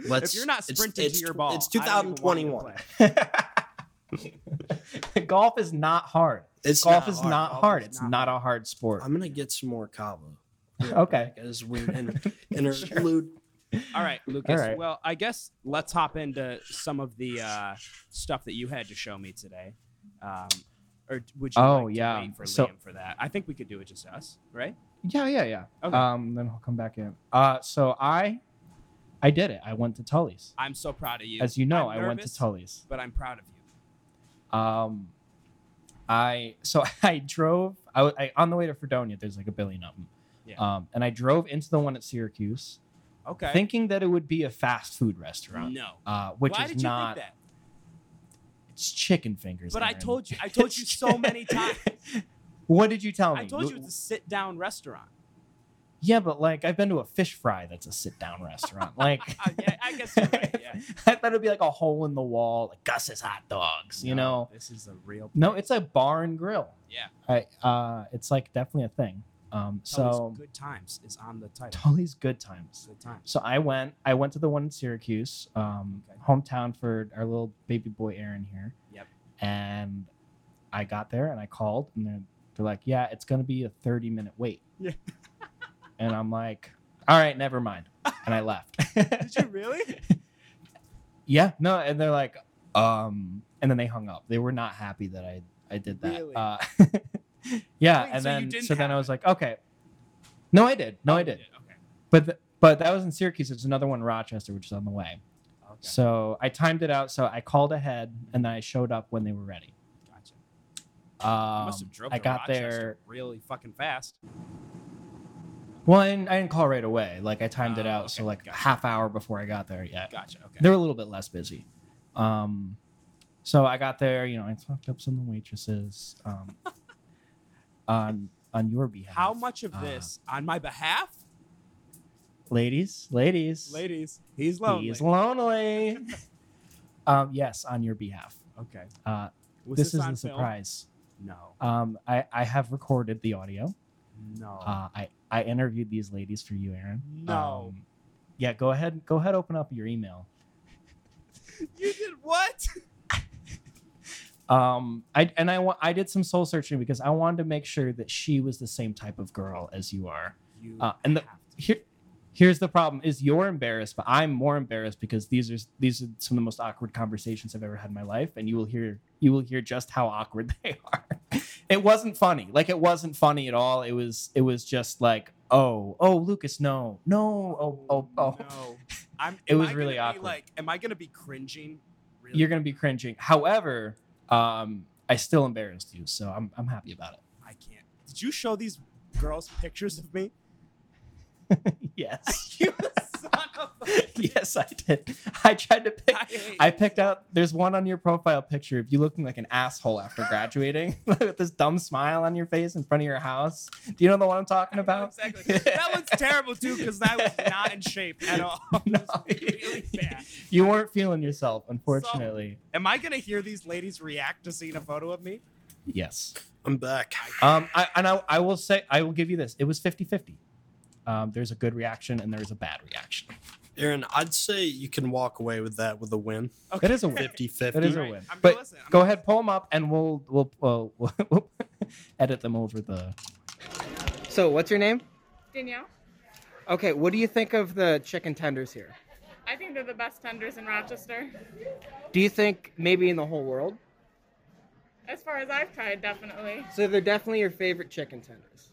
Speaker 2: Let's.
Speaker 1: if you're not
Speaker 2: it's-
Speaker 1: sprinting
Speaker 2: it's,
Speaker 1: to your ball,
Speaker 2: It's
Speaker 1: I don't even want you to
Speaker 2: 2021.
Speaker 1: play.
Speaker 3: Golf is not hard.
Speaker 2: It's
Speaker 3: Golf
Speaker 2: not
Speaker 3: is
Speaker 2: hard.
Speaker 3: not
Speaker 1: Golf
Speaker 3: hard.
Speaker 1: is
Speaker 3: It's
Speaker 1: not
Speaker 3: not a hard sport.
Speaker 2: I'm gonna get some more kava.
Speaker 3: Okay.
Speaker 2: As weird inter- interlude.
Speaker 1: All right, Lucas.
Speaker 3: right.
Speaker 1: Well, I guess let's hop into some of the uh, stuff that you had to show me today. Um, or would you?
Speaker 3: Oh,
Speaker 1: like
Speaker 3: yeah.
Speaker 1: To wait for
Speaker 3: So-
Speaker 1: Liam for that. I think we could do it just us, right?
Speaker 3: Yeah, yeah, yeah.
Speaker 1: Okay.
Speaker 3: Um, then I'll come back in. Uh, so I, I did it. I went to Tully's.
Speaker 1: I'm so proud of you.
Speaker 3: As you know,
Speaker 1: I'm
Speaker 3: I went to
Speaker 1: nervous,
Speaker 3: Tully's.
Speaker 1: But I'm proud of you.
Speaker 3: Um, I so I drove. I, wa- I on the way to Fredonia. There's like a billion of them.
Speaker 1: Yeah.
Speaker 3: Um, and I drove into the one at Syracuse,
Speaker 1: Okay.
Speaker 3: thinking that it would be a fast food restaurant,
Speaker 1: no.
Speaker 3: uh, which
Speaker 1: Why
Speaker 3: is
Speaker 1: did
Speaker 3: not.
Speaker 1: you think
Speaker 3: It's chicken fingers.
Speaker 1: that? But I
Speaker 3: Aaron.
Speaker 1: told you. I told you so many times.
Speaker 3: What did you tell me?
Speaker 1: I told you
Speaker 3: Wh-
Speaker 1: it's a sit-down restaurant.
Speaker 3: Yeah, but like I've been to a fish fry that's a sit down restaurant. Like
Speaker 1: Uh, yeah, I guess you're right. Yeah.
Speaker 3: I thought it'd be like a hole in the wall, like Gus's hot dogs, you know.
Speaker 1: this is a real.
Speaker 3: No,
Speaker 1: place.
Speaker 3: it's a bar and grill.
Speaker 1: Yeah.
Speaker 3: I uh it's like definitely a thing. Um
Speaker 1: Tully's
Speaker 3: so
Speaker 1: good times is on the title.
Speaker 3: Tully's good times.
Speaker 1: Good times.
Speaker 3: So I went I went to the one in Syracuse, um
Speaker 1: Okay.
Speaker 3: hometown for our little baby boy Aaron here.
Speaker 1: Yep.
Speaker 3: And I got there and I called and they're, they're like, "Yeah, it's going to be a 30-minute wait."
Speaker 1: Yeah.
Speaker 3: and I'm like, "All right, never mind." And I left.
Speaker 1: Did you really?
Speaker 3: yeah no and they're like um and then they hung up they were not happy that i i did that
Speaker 1: Really?
Speaker 3: uh yeah
Speaker 1: Wait, so you
Speaker 3: and then
Speaker 1: didn't
Speaker 3: so then i
Speaker 1: have
Speaker 3: was like okay no i did no
Speaker 1: Oh,
Speaker 3: i
Speaker 1: you
Speaker 3: did
Speaker 1: Okay.
Speaker 3: but th- but that was in syracuse there's another one in rochester which is on the way
Speaker 1: Okay.
Speaker 3: so i timed it out so i called ahead and then i showed up when they were ready
Speaker 1: gotcha. You
Speaker 3: um,
Speaker 1: must have drove
Speaker 3: i
Speaker 1: to
Speaker 3: got
Speaker 1: Rochester
Speaker 3: there
Speaker 1: really fucking fast.
Speaker 3: well I didn't, I didn't call right away like i timed it
Speaker 1: Oh,
Speaker 3: out
Speaker 1: okay,
Speaker 3: so like a
Speaker 1: gotcha.
Speaker 3: half hour before i got there yeah
Speaker 1: Gotcha. Okay.
Speaker 3: they're a little bit less busy. Um, so I got there, you know, I talked up some of the waitresses um, on on your behalf.
Speaker 1: How much of
Speaker 3: Uh,
Speaker 1: this on my behalf,
Speaker 3: ladies? Ladies,
Speaker 1: ladies? He's lonely.
Speaker 3: he's lonely. um, yes, on your behalf.
Speaker 1: okay.
Speaker 3: Uh,
Speaker 1: Was
Speaker 3: this, is
Speaker 1: on
Speaker 3: the
Speaker 1: film?
Speaker 3: surprise.
Speaker 1: No.
Speaker 3: Um, I I have recorded the audio.
Speaker 1: No.
Speaker 3: Uh, I I interviewed these ladies for you, Aaron.
Speaker 1: No.
Speaker 3: Um, yeah, go ahead. Go ahead. Open up your email.
Speaker 1: you did what?
Speaker 3: uh, um i and i wa- i did some soul searching because i wanted to make sure that she was the same type of girl as you are
Speaker 1: You
Speaker 3: Uh, and the-
Speaker 1: have to-
Speaker 3: here here's the problem is you're embarrassed but i'm more embarrassed because these are these are some of the most awkward conversations i've ever had in my life and you will hear you will hear just how awkward they are it wasn't funny like it wasn't funny at all it was it was just like oh oh lucas no no oh oh oh
Speaker 1: No. I'm,
Speaker 3: It
Speaker 1: am
Speaker 3: was
Speaker 1: I
Speaker 3: really
Speaker 1: gonna be
Speaker 3: awkward.
Speaker 1: Like, am I gonna be cringing? Really?
Speaker 3: you're gonna be cringing however um i still embarrassed you so i'm, I'm happy about it
Speaker 1: I can't. Did you show these girls pictures of me?
Speaker 3: yes
Speaker 1: you son of a.
Speaker 3: yes, I did. I tried to pick.
Speaker 1: I hate
Speaker 3: I
Speaker 1: you.
Speaker 3: picked out. There's one on your profile picture of you looking like an asshole after graduating, with this dumb smile on your face in front of your house. Do you know the one I'm
Speaker 1: I
Speaker 3: talking
Speaker 1: know
Speaker 3: about?
Speaker 1: exactly. That one's terrible too because I was not in shape at all. It was really bad.
Speaker 3: you weren't feeling yourself, unfortunately.
Speaker 1: Am I gonna hear these ladies react to seeing a photo of me?
Speaker 3: Yes.
Speaker 2: I'm back.
Speaker 3: Um. I and I, I will say I will give you this. It was 50-50. Um. There's a good reaction and there's a bad reaction.
Speaker 2: Aaron, I'd say you can walk away with that with a win.
Speaker 1: Okay.
Speaker 3: is a win.
Speaker 2: 50
Speaker 3: That is
Speaker 2: 50.
Speaker 3: a
Speaker 1: Alright,
Speaker 3: win.
Speaker 1: I'm
Speaker 3: But
Speaker 1: gonna listen. I'm
Speaker 3: go
Speaker 1: gonna
Speaker 3: ahead, pull them up, and we'll we'll, we'll, we'll edit them over the.
Speaker 4: So, what's your name?
Speaker 5: Danielle,
Speaker 4: Okay, what do you think of the chicken tenders here?
Speaker 5: I think they're the best tenders in Rochester.
Speaker 4: Do you think maybe in the whole world?
Speaker 5: As far as I've tried, definitely.
Speaker 4: So they're definitely your favorite chicken tenders.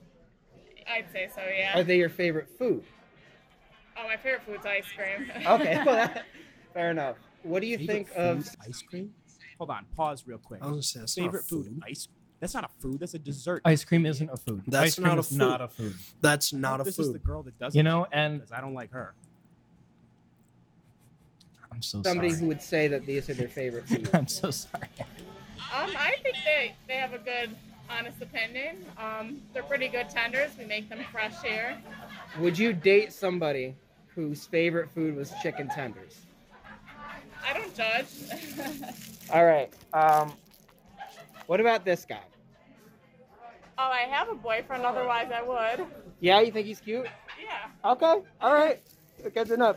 Speaker 5: I'd say so, yeah.
Speaker 4: Are they your favorite food?
Speaker 5: oh, my favorite food's ice cream. Um,
Speaker 4: Okay, well, that- fair enough. What do you think of?
Speaker 2: ice cream?
Speaker 1: Hold on, pause real quick.
Speaker 2: I was
Speaker 3: Oh,
Speaker 2: gonna say that's
Speaker 1: Favorite
Speaker 2: not food.
Speaker 1: food? Ice. That's not a food. That's a dessert.
Speaker 3: Ice cream isn't a food.
Speaker 2: That's
Speaker 3: Ice cream
Speaker 2: not a
Speaker 3: is
Speaker 2: food.
Speaker 3: not a food.
Speaker 2: That's not a
Speaker 1: this is the
Speaker 2: food.
Speaker 1: girl that doesn't.
Speaker 3: You know,
Speaker 1: like
Speaker 3: and-
Speaker 1: because I don't like her.
Speaker 3: I'm so
Speaker 4: Somebody who
Speaker 3: sorry.
Speaker 4: would say that these are their favorite food.
Speaker 3: I'm so sorry.
Speaker 5: Um, I think they, they have a good, honest opinion. Um, they're pretty good tenders. We make them fresh here.
Speaker 4: Would you date somebody whose favorite food was chicken tenders?
Speaker 5: I don't judge.
Speaker 4: All right. Um, what about this guy?
Speaker 5: Oh, I have a boyfriend. Otherwise, I would.
Speaker 4: Yeah, you think he's cute?
Speaker 5: Yeah.
Speaker 4: Okay. All right. Good enough.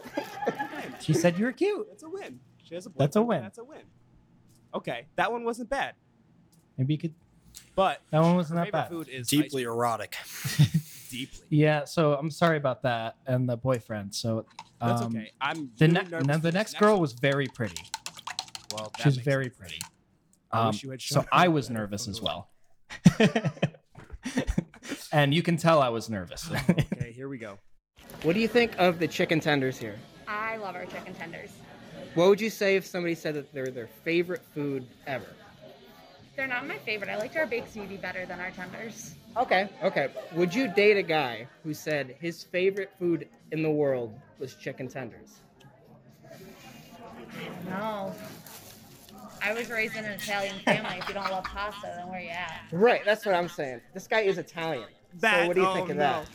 Speaker 3: She said you were cute.
Speaker 1: That's a win. She has a
Speaker 3: That's a
Speaker 1: boyfriend,
Speaker 3: win.
Speaker 1: That's a win. Okay, that one wasn't bad,
Speaker 3: Maybe you could.
Speaker 1: but
Speaker 3: That one wasn't
Speaker 1: her
Speaker 3: that
Speaker 1: favorite
Speaker 3: bad.
Speaker 1: food is
Speaker 2: Deeply erotic.
Speaker 1: ice- deeply.
Speaker 3: Yeah. So I'm sorry about that and the boyfriend. So um,
Speaker 1: That's okay. I'm
Speaker 3: The,
Speaker 1: really
Speaker 3: ne-
Speaker 1: nervous
Speaker 3: now
Speaker 1: for
Speaker 3: the
Speaker 1: this
Speaker 3: next girl was very pretty.
Speaker 1: one. Well, that
Speaker 3: She's
Speaker 1: makes
Speaker 3: very
Speaker 1: sense.
Speaker 3: pretty.
Speaker 1: I
Speaker 3: Um,
Speaker 1: wish you had shown
Speaker 3: so
Speaker 1: her
Speaker 3: I
Speaker 1: a
Speaker 3: was
Speaker 1: better
Speaker 3: nervous as
Speaker 1: photo.
Speaker 3: well. and you can tell I was nervous.
Speaker 1: Okay, here we go.
Speaker 4: what do you think of the chicken tenders here?
Speaker 5: I love our chicken tenders.
Speaker 4: What would you say if somebody said that they're their favorite food ever?
Speaker 5: They're not my favorite. I liked our baked ziti better than our tenders.
Speaker 4: Okay. Okay. Would you date a guy who said his favorite food in the world was chicken tenders?
Speaker 5: No. Oh. I was raised in an Italian family. If you don't love pasta, then where you at?
Speaker 4: Right. That's what I'm saying. This guy is Italian. so
Speaker 1: That-
Speaker 4: what do you
Speaker 1: oh,
Speaker 4: think of
Speaker 1: no.
Speaker 4: that?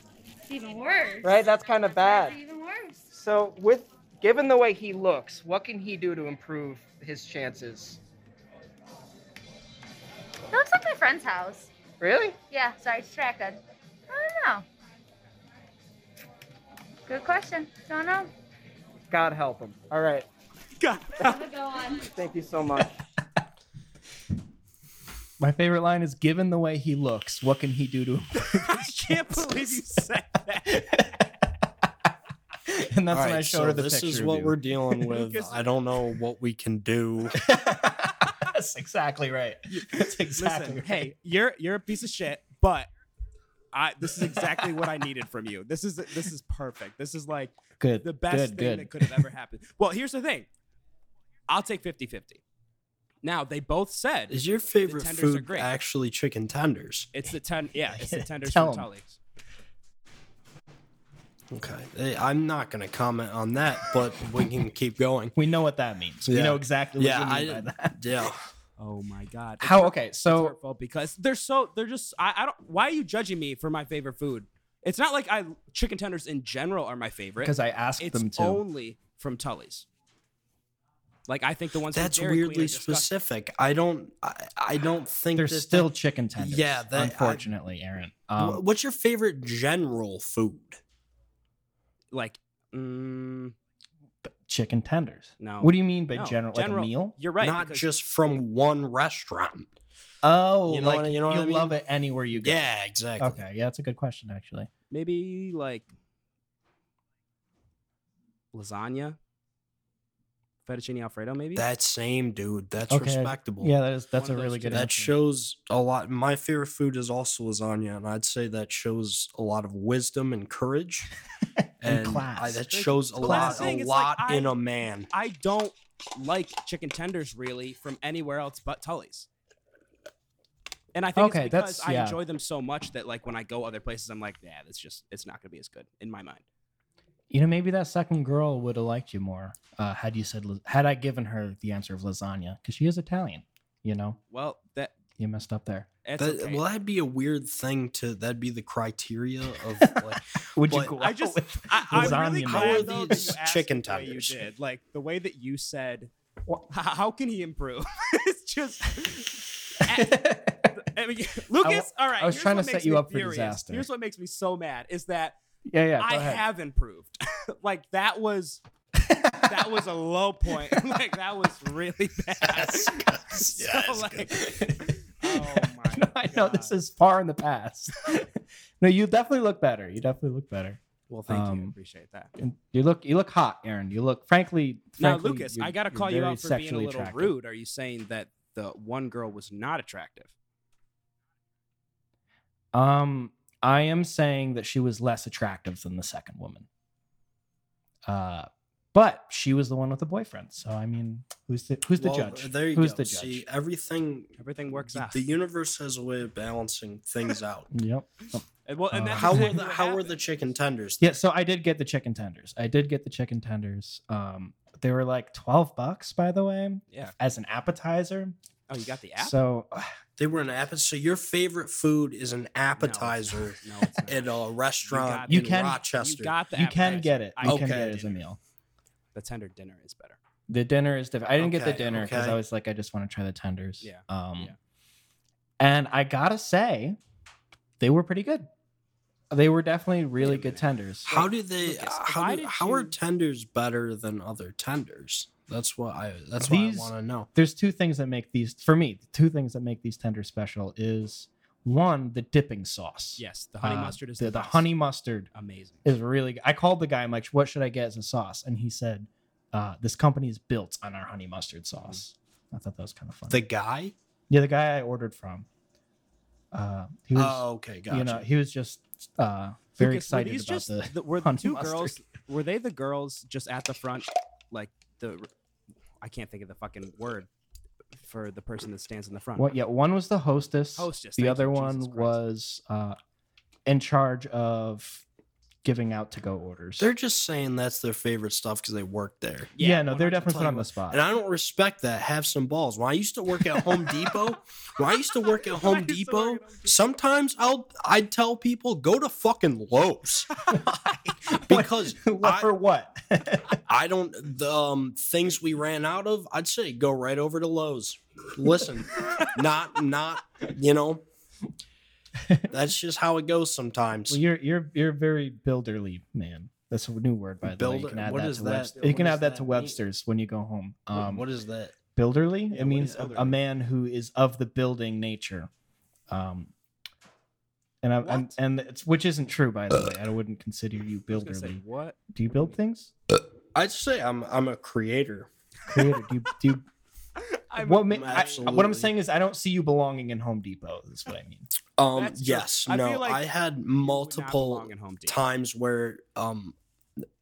Speaker 5: It's even worse.
Speaker 4: Right. That's kind of bad.
Speaker 5: It's even worse.
Speaker 4: So with given the way he looks, what can he do to improve his chances?
Speaker 5: It looks like my friend's house.
Speaker 4: Really?
Speaker 5: Yeah, sorry, distracted. I don't know. Good question. Don't know.
Speaker 4: God help him. All right.
Speaker 1: God.
Speaker 5: I'm gonna go on.
Speaker 4: Thank you so much.
Speaker 3: My favorite line is given the way he looks, what can he do to him?
Speaker 1: I can't believe you said that.
Speaker 3: And that's when
Speaker 2: All
Speaker 3: I
Speaker 2: right,
Speaker 3: showed
Speaker 2: so
Speaker 3: her the
Speaker 2: this
Speaker 3: picture.
Speaker 2: is what
Speaker 3: of
Speaker 2: we're
Speaker 3: you.
Speaker 2: dealing with.
Speaker 1: Lucas-
Speaker 2: I don't know what we can do.
Speaker 3: That's exactly right. That's exactly
Speaker 1: Listen,
Speaker 3: right.
Speaker 1: hey, you're you're a piece of shit, but I this is exactly what I needed from you. This is this is perfect. This is like
Speaker 3: good.
Speaker 1: the best thing
Speaker 3: good, good.
Speaker 1: that could have ever happened. Well, here's the thing. I'll take 50-50. Now, they both said
Speaker 2: Is your favorite
Speaker 1: tenders are
Speaker 2: food
Speaker 1: great.
Speaker 2: actually chicken tenders?
Speaker 1: it's the ten yeah, it's the tenders
Speaker 3: Tell
Speaker 1: from
Speaker 3: 'em.
Speaker 1: Tully's.
Speaker 2: Okay. Hey, I'm not going to comment on that, but we can keep going.
Speaker 3: We know what that means. We
Speaker 2: Yeah.
Speaker 3: know exactly what
Speaker 2: Yeah,
Speaker 3: you mean
Speaker 2: I-
Speaker 3: by that.
Speaker 2: Yeah.
Speaker 1: Oh my god. It's
Speaker 3: How
Speaker 1: her-
Speaker 3: okay,
Speaker 1: it's
Speaker 3: so
Speaker 1: hurtful because they're so they're just I, I don't why are you judging me for my favorite food? It's not like I chicken tenders in general are my favorite.
Speaker 3: because I asked
Speaker 1: it's
Speaker 3: them to.
Speaker 1: only from Tully's. Like I think the ones from
Speaker 2: That's
Speaker 1: Dairy Queen are
Speaker 2: weirdly
Speaker 1: disgusting.
Speaker 2: specific. I don't I, I don't think
Speaker 3: They're
Speaker 2: that
Speaker 3: still chicken tenders.
Speaker 2: Yeah, that- I-
Speaker 3: unformately, unfortunately, Aaron.
Speaker 2: that-
Speaker 3: Um,
Speaker 2: Wh- What's your favorite general food?
Speaker 1: Like, mm,
Speaker 3: chicken tenders.
Speaker 1: no.
Speaker 3: What do you mean by
Speaker 1: No,
Speaker 3: general, like a meal?
Speaker 1: You're right.
Speaker 2: not
Speaker 1: because
Speaker 2: just from one restaurant.
Speaker 3: Oh,
Speaker 2: You know
Speaker 3: like
Speaker 2: what- you know what I
Speaker 3: will love
Speaker 2: mean?
Speaker 3: it anywhere you go.
Speaker 2: Yeah, exactly.
Speaker 3: Okay, yeah, that's a good question actually.
Speaker 1: maybe like lasagna, fettuccine alfredo. Maybe
Speaker 2: That same dude. That's
Speaker 3: Okay,
Speaker 2: respectable.
Speaker 3: Yeah, that is that's
Speaker 1: One
Speaker 3: a
Speaker 1: of
Speaker 3: really
Speaker 1: those
Speaker 3: good
Speaker 1: two.
Speaker 2: That
Speaker 3: answer.
Speaker 2: shows a lot. My favorite food is also lasagna, and I'd say that shows a lot of wisdom and courage.
Speaker 3: And
Speaker 2: I-
Speaker 3: class.
Speaker 2: that
Speaker 1: Like,
Speaker 2: shows a
Speaker 1: class
Speaker 2: lot,
Speaker 1: thing
Speaker 2: a
Speaker 1: is like,
Speaker 2: lot in
Speaker 1: I-
Speaker 2: a man.
Speaker 1: I don't like chicken tenders really from anywhere else but Tully's. And I think
Speaker 3: Okay,
Speaker 1: it's because
Speaker 3: that's-
Speaker 1: I
Speaker 3: yeah.
Speaker 1: enjoy them so much that like when I go other places, I'm like, yeah, that's just it's not gonna be as good in my mind.
Speaker 3: You know, maybe that second girl would have liked you more uh, had you said las- had I given her the answer of lasagna because she is Italian. You know,
Speaker 1: Well, that
Speaker 3: you messed up there.
Speaker 1: that's
Speaker 2: That,
Speaker 1: okay.
Speaker 2: Well, that'd be a weird thing to. That'd be the criteria of. like,
Speaker 3: Would
Speaker 2: But
Speaker 3: go
Speaker 1: I
Speaker 3: out
Speaker 1: just-
Speaker 3: with-
Speaker 1: I, I'm really glad,
Speaker 2: man.
Speaker 3: Lasagna
Speaker 1: though,
Speaker 2: How are
Speaker 1: that
Speaker 2: these
Speaker 1: you asked
Speaker 2: chicken
Speaker 1: it the way you
Speaker 2: tenders?
Speaker 1: did. Like the way that you said,
Speaker 3: Wha-
Speaker 1: "H- how can he improve? it's just. I- I mean, Lucas, all right.
Speaker 3: I was
Speaker 1: here's
Speaker 3: trying
Speaker 1: what
Speaker 3: to set
Speaker 1: makes
Speaker 3: you
Speaker 1: me
Speaker 3: up for
Speaker 1: furious.
Speaker 3: disaster.
Speaker 1: Here's what makes me so mad is that
Speaker 3: yeah, yeah. Go
Speaker 1: I
Speaker 3: ahead.
Speaker 1: have improved. like that was that was a low point. like that was really bad. So, like, oh my
Speaker 3: No, I know this
Speaker 1: God.
Speaker 3: is far in the past. no, you definitely look better. You definitely look better.
Speaker 1: Well, thank you.
Speaker 3: um,
Speaker 1: Appreciate that.
Speaker 3: And you look you look hot, Aaron. You look frankly.
Speaker 1: Now,
Speaker 3: frankly,
Speaker 1: Lucas,
Speaker 3: you're-
Speaker 1: I got to
Speaker 3: you're
Speaker 1: call you
Speaker 3: very
Speaker 1: out for being a
Speaker 3: sexually
Speaker 1: little
Speaker 3: attractive.
Speaker 1: rude. Are you saying that the one girl was not attractive?
Speaker 3: Um, I am saying that she was less attractive than the second woman. Uh, but she was the one with the boyfriend. So I mean, who's the who's the
Speaker 2: Well,
Speaker 3: judge?
Speaker 2: There you
Speaker 3: who's
Speaker 2: go.
Speaker 3: the judge?
Speaker 2: See, everything.
Speaker 1: Everything works out.
Speaker 2: The universe has a way of balancing things out.
Speaker 3: Yep.
Speaker 1: And well, and
Speaker 3: Uh,
Speaker 1: that's
Speaker 2: how were
Speaker 1: exactly
Speaker 2: the
Speaker 1: what
Speaker 2: How were
Speaker 1: happened.
Speaker 2: the chicken tenders?
Speaker 3: Yeah. So I did get the chicken tenders. I did get the chicken tenders. Um, they were like twelve bucks, by the way,
Speaker 1: Yeah.
Speaker 3: as an appetizer.
Speaker 1: Oh, you got the app.
Speaker 3: So
Speaker 2: They were an appetizer. So your favorite food is an appetizer
Speaker 1: No, it's not.
Speaker 2: at a restaurant
Speaker 3: You
Speaker 2: in
Speaker 3: can- you
Speaker 2: Rochester.
Speaker 1: You got the
Speaker 3: you can
Speaker 1: appetizer.
Speaker 3: get it.
Speaker 1: I
Speaker 3: You
Speaker 2: Okay.
Speaker 3: can get it as a meal.
Speaker 1: The tender dinner is better.
Speaker 3: The dinner is different. I didn't get the
Speaker 2: Okay,
Speaker 3: dinner because
Speaker 2: okay.
Speaker 3: I was like, I just want to try the tenders.
Speaker 1: Yeah,
Speaker 3: Um,
Speaker 1: yeah.
Speaker 3: and I gotta say, they were pretty good. They were definitely really good tenders.
Speaker 2: How do they?
Speaker 1: Lucas,
Speaker 2: how
Speaker 1: why
Speaker 2: do,
Speaker 1: did
Speaker 2: how are
Speaker 1: you-
Speaker 2: tenders better than other tenders? That's what I. That's
Speaker 3: These-
Speaker 2: what I want to know.
Speaker 3: There's two things that make these for me. Two things that make these tenders special is one the dipping sauce.
Speaker 1: Yes, the honey
Speaker 3: Uh,
Speaker 1: mustard is
Speaker 3: the,
Speaker 1: the,
Speaker 3: the
Speaker 1: best.
Speaker 3: honey mustard
Speaker 1: Amazing.
Speaker 3: is really. Good. I called the guy. I'm like, what should I get as a sauce? And he said, uh, this company is built on our honey mustard sauce. I thought that was kind of funny.
Speaker 2: The guy.
Speaker 3: yeah, the guy I ordered from. Uh, he was,
Speaker 2: Oh, okay, gotcha.
Speaker 3: you know, he was just uh, very
Speaker 1: Lucas,
Speaker 3: excited
Speaker 1: Were these
Speaker 3: about
Speaker 1: just
Speaker 3: the.
Speaker 1: were the
Speaker 3: honey
Speaker 1: two
Speaker 3: mustard.
Speaker 1: girls? Were they the girls just at the front, like the? I can't think of the fucking word for the person that stands in the front.
Speaker 3: Well, yeah, one was the hostess.
Speaker 1: Hostess.
Speaker 3: the
Speaker 1: thank
Speaker 3: other
Speaker 1: you, Jesus
Speaker 3: one
Speaker 1: Christ.
Speaker 3: was uh, in charge of giving out to go orders.
Speaker 2: they're just saying that's their favorite stuff because they work there.
Speaker 3: yeah, no, they're
Speaker 1: 100%.
Speaker 3: definitely put on the
Speaker 2: And
Speaker 3: spot.
Speaker 2: I don't respect that. Have some balls. When I used to work at Home Depot, when I used to work at
Speaker 1: When I
Speaker 2: Home
Speaker 1: used to work
Speaker 2: Depot,
Speaker 1: at Home Depot.
Speaker 2: sometimes I'll I'd tell people go to fucking Lowe's because
Speaker 3: What-
Speaker 2: I-
Speaker 3: for what?
Speaker 2: I don't the um, things we ran out of. I'd say go right over to Lowe's. Listen, not not you know. That's just how it goes sometimes.
Speaker 3: Well, you're you're you're very builderly, man. That's a new word by the way. You
Speaker 2: Builder-
Speaker 3: can add
Speaker 2: what
Speaker 3: that
Speaker 2: is
Speaker 3: to
Speaker 2: that?
Speaker 3: Webster. You can
Speaker 2: What
Speaker 3: add
Speaker 2: does
Speaker 3: that to
Speaker 2: that mean?
Speaker 3: Webster's when you go home.
Speaker 2: What-
Speaker 3: Um,
Speaker 2: what is that?
Speaker 3: builderly?
Speaker 1: Yeah,
Speaker 3: it
Speaker 1: what
Speaker 3: means
Speaker 1: is
Speaker 3: a, a
Speaker 1: elderly?
Speaker 3: man who is of the building nature. Um, and I, am
Speaker 1: What?
Speaker 3: and it's which isn't true by the way. I wouldn't consider you
Speaker 1: I was gonna say,
Speaker 3: builderly.
Speaker 1: what?
Speaker 3: Do you build things?
Speaker 2: I'd say I'm I'm a creator.
Speaker 3: Creator? Do you do you
Speaker 1: I'm-
Speaker 3: what, ma- I, what I'm
Speaker 2: Absolutely.
Speaker 3: saying is, I don't see you belonging in Home Depot. That's what I mean.
Speaker 2: Um
Speaker 1: That's true.
Speaker 2: yes,
Speaker 1: I feel
Speaker 2: no.
Speaker 1: like
Speaker 2: I had
Speaker 1: you would not
Speaker 2: multiple
Speaker 1: belong in Home Depot.
Speaker 2: times where um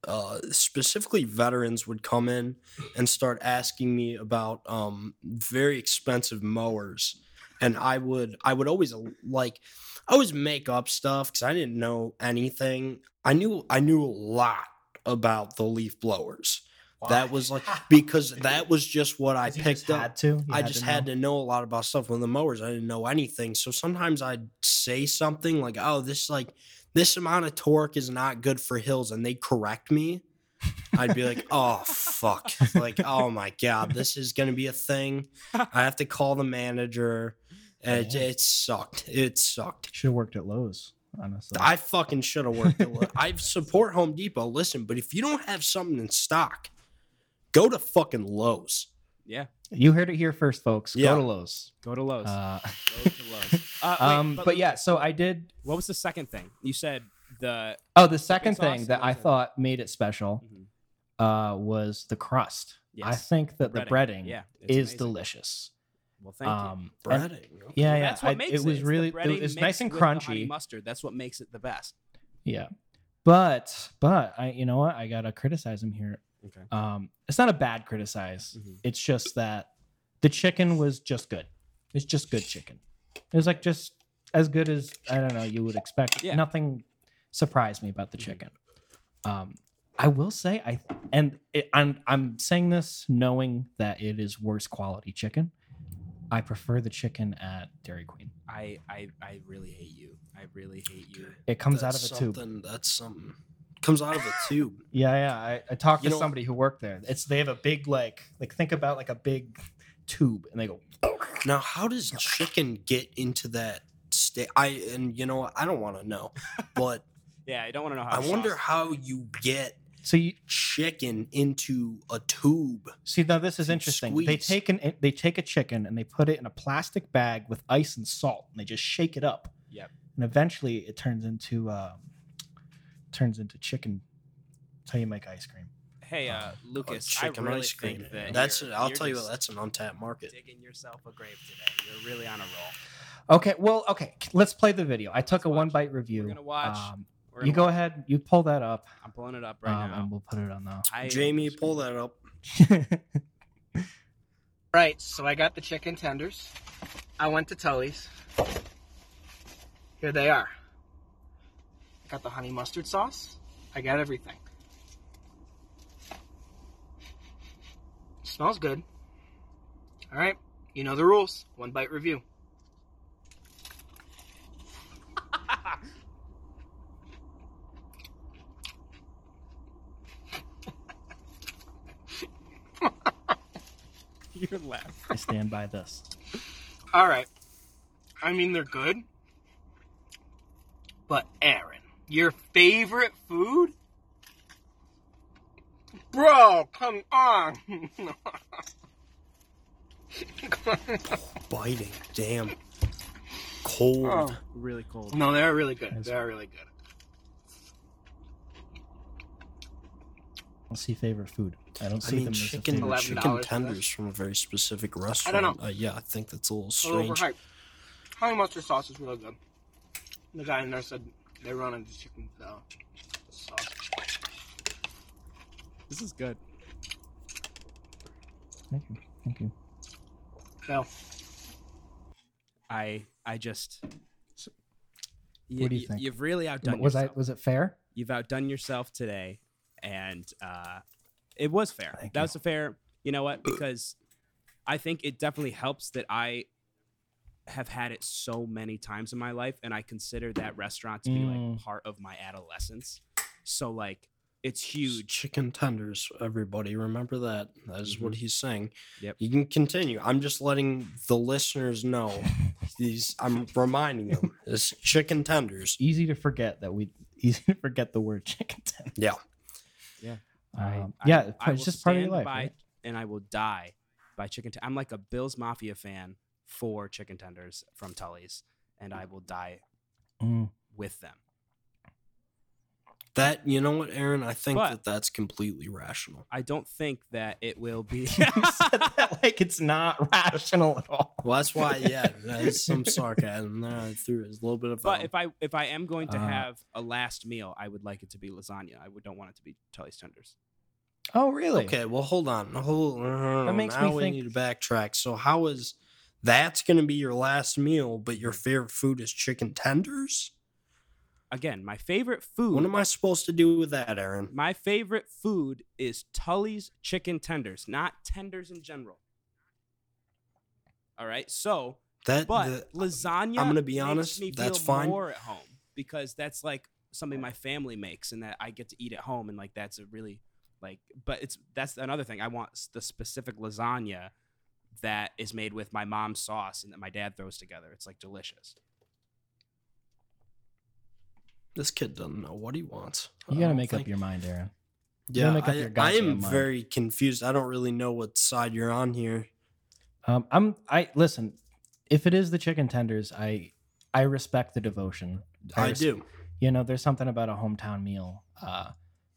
Speaker 2: uh specifically veterans would come in and start asking me about um very expensive mowers and I would I would always like I always make up stuff cuz I didn't know anything. I knew I knew a lot about the leaf blowers. That was like because that was just what I
Speaker 3: You
Speaker 2: picked
Speaker 3: just
Speaker 2: up.
Speaker 3: Had to. You
Speaker 2: I just had
Speaker 3: know.
Speaker 2: to know a lot about stuff with the mowers. I didn't know anything. So sometimes I'd say something like, oh, this like this amount of torque is not good for hills, and they correct me. I'd be like, oh fuck. Like, oh my God, this is gonna be a thing. I have to call the manager. And it,
Speaker 3: Yeah.
Speaker 2: it sucked. It sucked.
Speaker 3: Should have worked at Lowe's. Honestly,
Speaker 2: I fucking should have worked. at Lo- I support Home Depot. Listen, but if you don't have something in stock, go to fucking Lowe's.
Speaker 1: Yeah,
Speaker 3: you heard it here first, folks.
Speaker 2: Yeah.
Speaker 3: Go to Lowe's.
Speaker 1: go to Lowe's.
Speaker 3: Uh,
Speaker 1: go to Lowe's. Uh, wait,
Speaker 3: um,
Speaker 1: but,
Speaker 3: but, yeah, so I did.
Speaker 1: what was the second thing you said? The
Speaker 3: Oh, the second
Speaker 1: sauce
Speaker 3: thing that
Speaker 1: and
Speaker 3: I
Speaker 1: what's it?
Speaker 3: thought made it special
Speaker 1: Mhm.
Speaker 3: uh, was the crust. I
Speaker 1: Yes.
Speaker 3: think that the breading,
Speaker 1: yeah,
Speaker 3: is
Speaker 1: it's amazing.
Speaker 3: delicious.
Speaker 1: Well, thank you.
Speaker 3: um, and-
Speaker 2: Breading.
Speaker 3: yeah, yeah.
Speaker 1: That's what
Speaker 3: I-
Speaker 1: makes
Speaker 3: it was
Speaker 1: It's the
Speaker 3: really. It
Speaker 1: breading
Speaker 3: was nice
Speaker 1: mixed
Speaker 3: and
Speaker 1: with the honey
Speaker 3: crunchy.
Speaker 1: mustard. That's what makes it the best.
Speaker 3: Yeah, but but I you know what I gotta criticize him here.
Speaker 1: Okay.
Speaker 3: Um, it's not a bad criticize. It's just that the chicken was just good. It's just good chicken. It was like just as good as I don't know you would expect.
Speaker 1: Yeah.
Speaker 3: Nothing surprised me about the
Speaker 2: Mm-hmm.
Speaker 3: chicken. Um, I will say I and it, I'm I'm saying this knowing that it is worse quality chicken. I prefer the chicken at Dairy Queen.
Speaker 1: I, I I really hate you. I really hate you.
Speaker 3: It comes out of a
Speaker 2: That's
Speaker 3: tube.
Speaker 2: something- That's something. Comes out of a tube.
Speaker 3: Yeah, yeah. I, I talked
Speaker 2: You
Speaker 3: to
Speaker 2: know-
Speaker 3: somebody who worked there. It's they have a big like like think about like a big tube and they go
Speaker 2: Now, how does chicken get into that state? I and you know what? I don't want to know, but
Speaker 1: Yeah, I don't want to know
Speaker 3: Ah,
Speaker 1: how.
Speaker 2: I
Speaker 1: it's
Speaker 2: wonder
Speaker 1: sauced.
Speaker 2: how you get
Speaker 3: so you
Speaker 2: chicken into a tube.
Speaker 3: See, now this is interesting. They
Speaker 2: squeeze.
Speaker 3: take an eh, they take a chicken and they put it in a plastic bag with ice and salt, and they just shake it up.
Speaker 1: Yep.
Speaker 3: And eventually, it turns into um, turns into chicken. That's how you make ice cream.
Speaker 1: Hey, uh,
Speaker 2: of
Speaker 1: Lucas,
Speaker 2: Oh, chicken
Speaker 1: I really
Speaker 2: ice cream.
Speaker 1: think that
Speaker 2: that's.
Speaker 1: you're-
Speaker 2: I'll
Speaker 1: you're
Speaker 2: tell you what.
Speaker 1: just
Speaker 2: That's an untapped market.
Speaker 1: digging yourself a grave today. You're really on a roll.
Speaker 3: Okay. Well, okay. Let's play the video. I
Speaker 1: Let's
Speaker 3: took a
Speaker 1: watch.
Speaker 3: one bite review.
Speaker 1: We're gonna watch.
Speaker 3: Um,
Speaker 1: We're
Speaker 3: you
Speaker 1: gonna
Speaker 3: go
Speaker 1: watch-
Speaker 3: ahead. You pull that up,
Speaker 1: I'm pulling it up right
Speaker 3: um, and we'll put it on
Speaker 1: now. I,
Speaker 2: Jamie, pull that up.
Speaker 3: the.
Speaker 4: Right, so I got the chicken tenders. I went to Tully's. Here they are. Got the honey mustard sauce. I got everything. Smells good. All right, you know the rules. One bite review.
Speaker 1: You're laughing.
Speaker 3: I stand by this.
Speaker 4: All right. I mean, they're good. But, Aaron, your favorite food? Bro, come on.
Speaker 2: Biting. Damn. Cold.
Speaker 4: Oh.
Speaker 1: Really cold.
Speaker 4: no, they're really good. They're really good.
Speaker 3: What's your favorite food? I don't
Speaker 2: I
Speaker 3: see
Speaker 2: mean,
Speaker 3: them as a
Speaker 2: chicken
Speaker 3: favorite.
Speaker 4: $11 for
Speaker 2: chicken
Speaker 4: that.
Speaker 2: tenders from a very specific restaurant.
Speaker 4: know.
Speaker 2: Uh, yeah, I think that's a little
Speaker 4: A little
Speaker 2: strange.
Speaker 4: overhyped. Honey mustard sauce is really good. The guy in there said they run into chicken uh, sauce.
Speaker 1: This is good.
Speaker 3: Thank you. Thank you.
Speaker 4: So,
Speaker 1: I I just. You,
Speaker 3: What do you think?
Speaker 1: have really outdone
Speaker 3: was
Speaker 1: yourself.
Speaker 3: I was it fair?
Speaker 1: You've outdone yourself today, and uh, it was fair.
Speaker 3: Thank
Speaker 1: that
Speaker 3: you.
Speaker 1: was a fair. You know what? Because I think it definitely helps that I have had it so many times in my life, and I consider that restaurant to be
Speaker 3: Mm.
Speaker 1: like part of my adolescence. So like, it's
Speaker 2: It's
Speaker 1: huge.
Speaker 2: Chicken tenders, everybody. Remember that. That is what he's saying.
Speaker 1: Yep.
Speaker 2: You can continue. I'm just letting the listeners know. These I'm reminding them. It's chicken tenders.
Speaker 3: Easy to forget that we easy to forget the word chicken tender.
Speaker 2: Yeah.
Speaker 1: I-
Speaker 3: Um,
Speaker 1: I-
Speaker 3: yeah,
Speaker 1: I
Speaker 3: it's
Speaker 1: will
Speaker 3: just part of your
Speaker 1: stand
Speaker 3: life.
Speaker 1: by-
Speaker 3: right?
Speaker 1: And I will die by chicken. T- I'm like a Bills Mafia fan for chicken tenders from Tully's, and I will die
Speaker 3: Mm.
Speaker 1: with them.
Speaker 2: That you know what, Aaron? I think
Speaker 1: But-
Speaker 2: that that's completely rational.
Speaker 1: I don't think that it will be.
Speaker 3: you said that like it's not rational at all.
Speaker 2: Well, that's why. Yeah, that's some sarcasm there. I threw it. It's a little bit of.
Speaker 1: But
Speaker 2: um,
Speaker 1: if I if I am going to
Speaker 3: Uh,
Speaker 1: have a last meal, I would like it to be lasagna. I would, don't want it to be Tully's tenders.
Speaker 3: Oh, really?
Speaker 2: Okay, well, hold on. Hold, no, no, no,
Speaker 3: That makes me
Speaker 2: now we
Speaker 3: think-
Speaker 2: need to backtrack. So, how is that's going to be your last meal, but your favorite food is chicken tenders?
Speaker 1: Again, my favorite food.
Speaker 2: What am I supposed to do with that, Aaron?
Speaker 1: my favorite food is Tully's chicken tenders, not tenders in general. All right, so
Speaker 2: That
Speaker 1: but
Speaker 2: the-
Speaker 1: lasagna.
Speaker 2: I'm gonna be
Speaker 1: makes
Speaker 2: honest,
Speaker 1: me
Speaker 2: that's
Speaker 1: feel
Speaker 2: fine.
Speaker 1: More at home because that's like something my family makes, and that I get to eat at home, and like that's a really like. But it's that's another thing. I want s- the specific lasagna that is made with my mom's sauce and that my dad throws together. It's like delicious.
Speaker 2: this kid doesn't know what he wants.
Speaker 3: You
Speaker 2: I
Speaker 3: gotta
Speaker 2: don't
Speaker 3: make up
Speaker 2: think-
Speaker 3: your mind, Aaron.
Speaker 2: Yeah,
Speaker 3: make up
Speaker 2: I,
Speaker 3: your
Speaker 2: I am
Speaker 3: goddamn mind.
Speaker 2: very confused. I don't really know what side you're on here.
Speaker 3: Um, I'm. I listen. If it is the chicken tenders, I I respect the devotion.
Speaker 2: I
Speaker 3: res-
Speaker 2: do.
Speaker 3: You know, there's something about a hometown meal. Uh,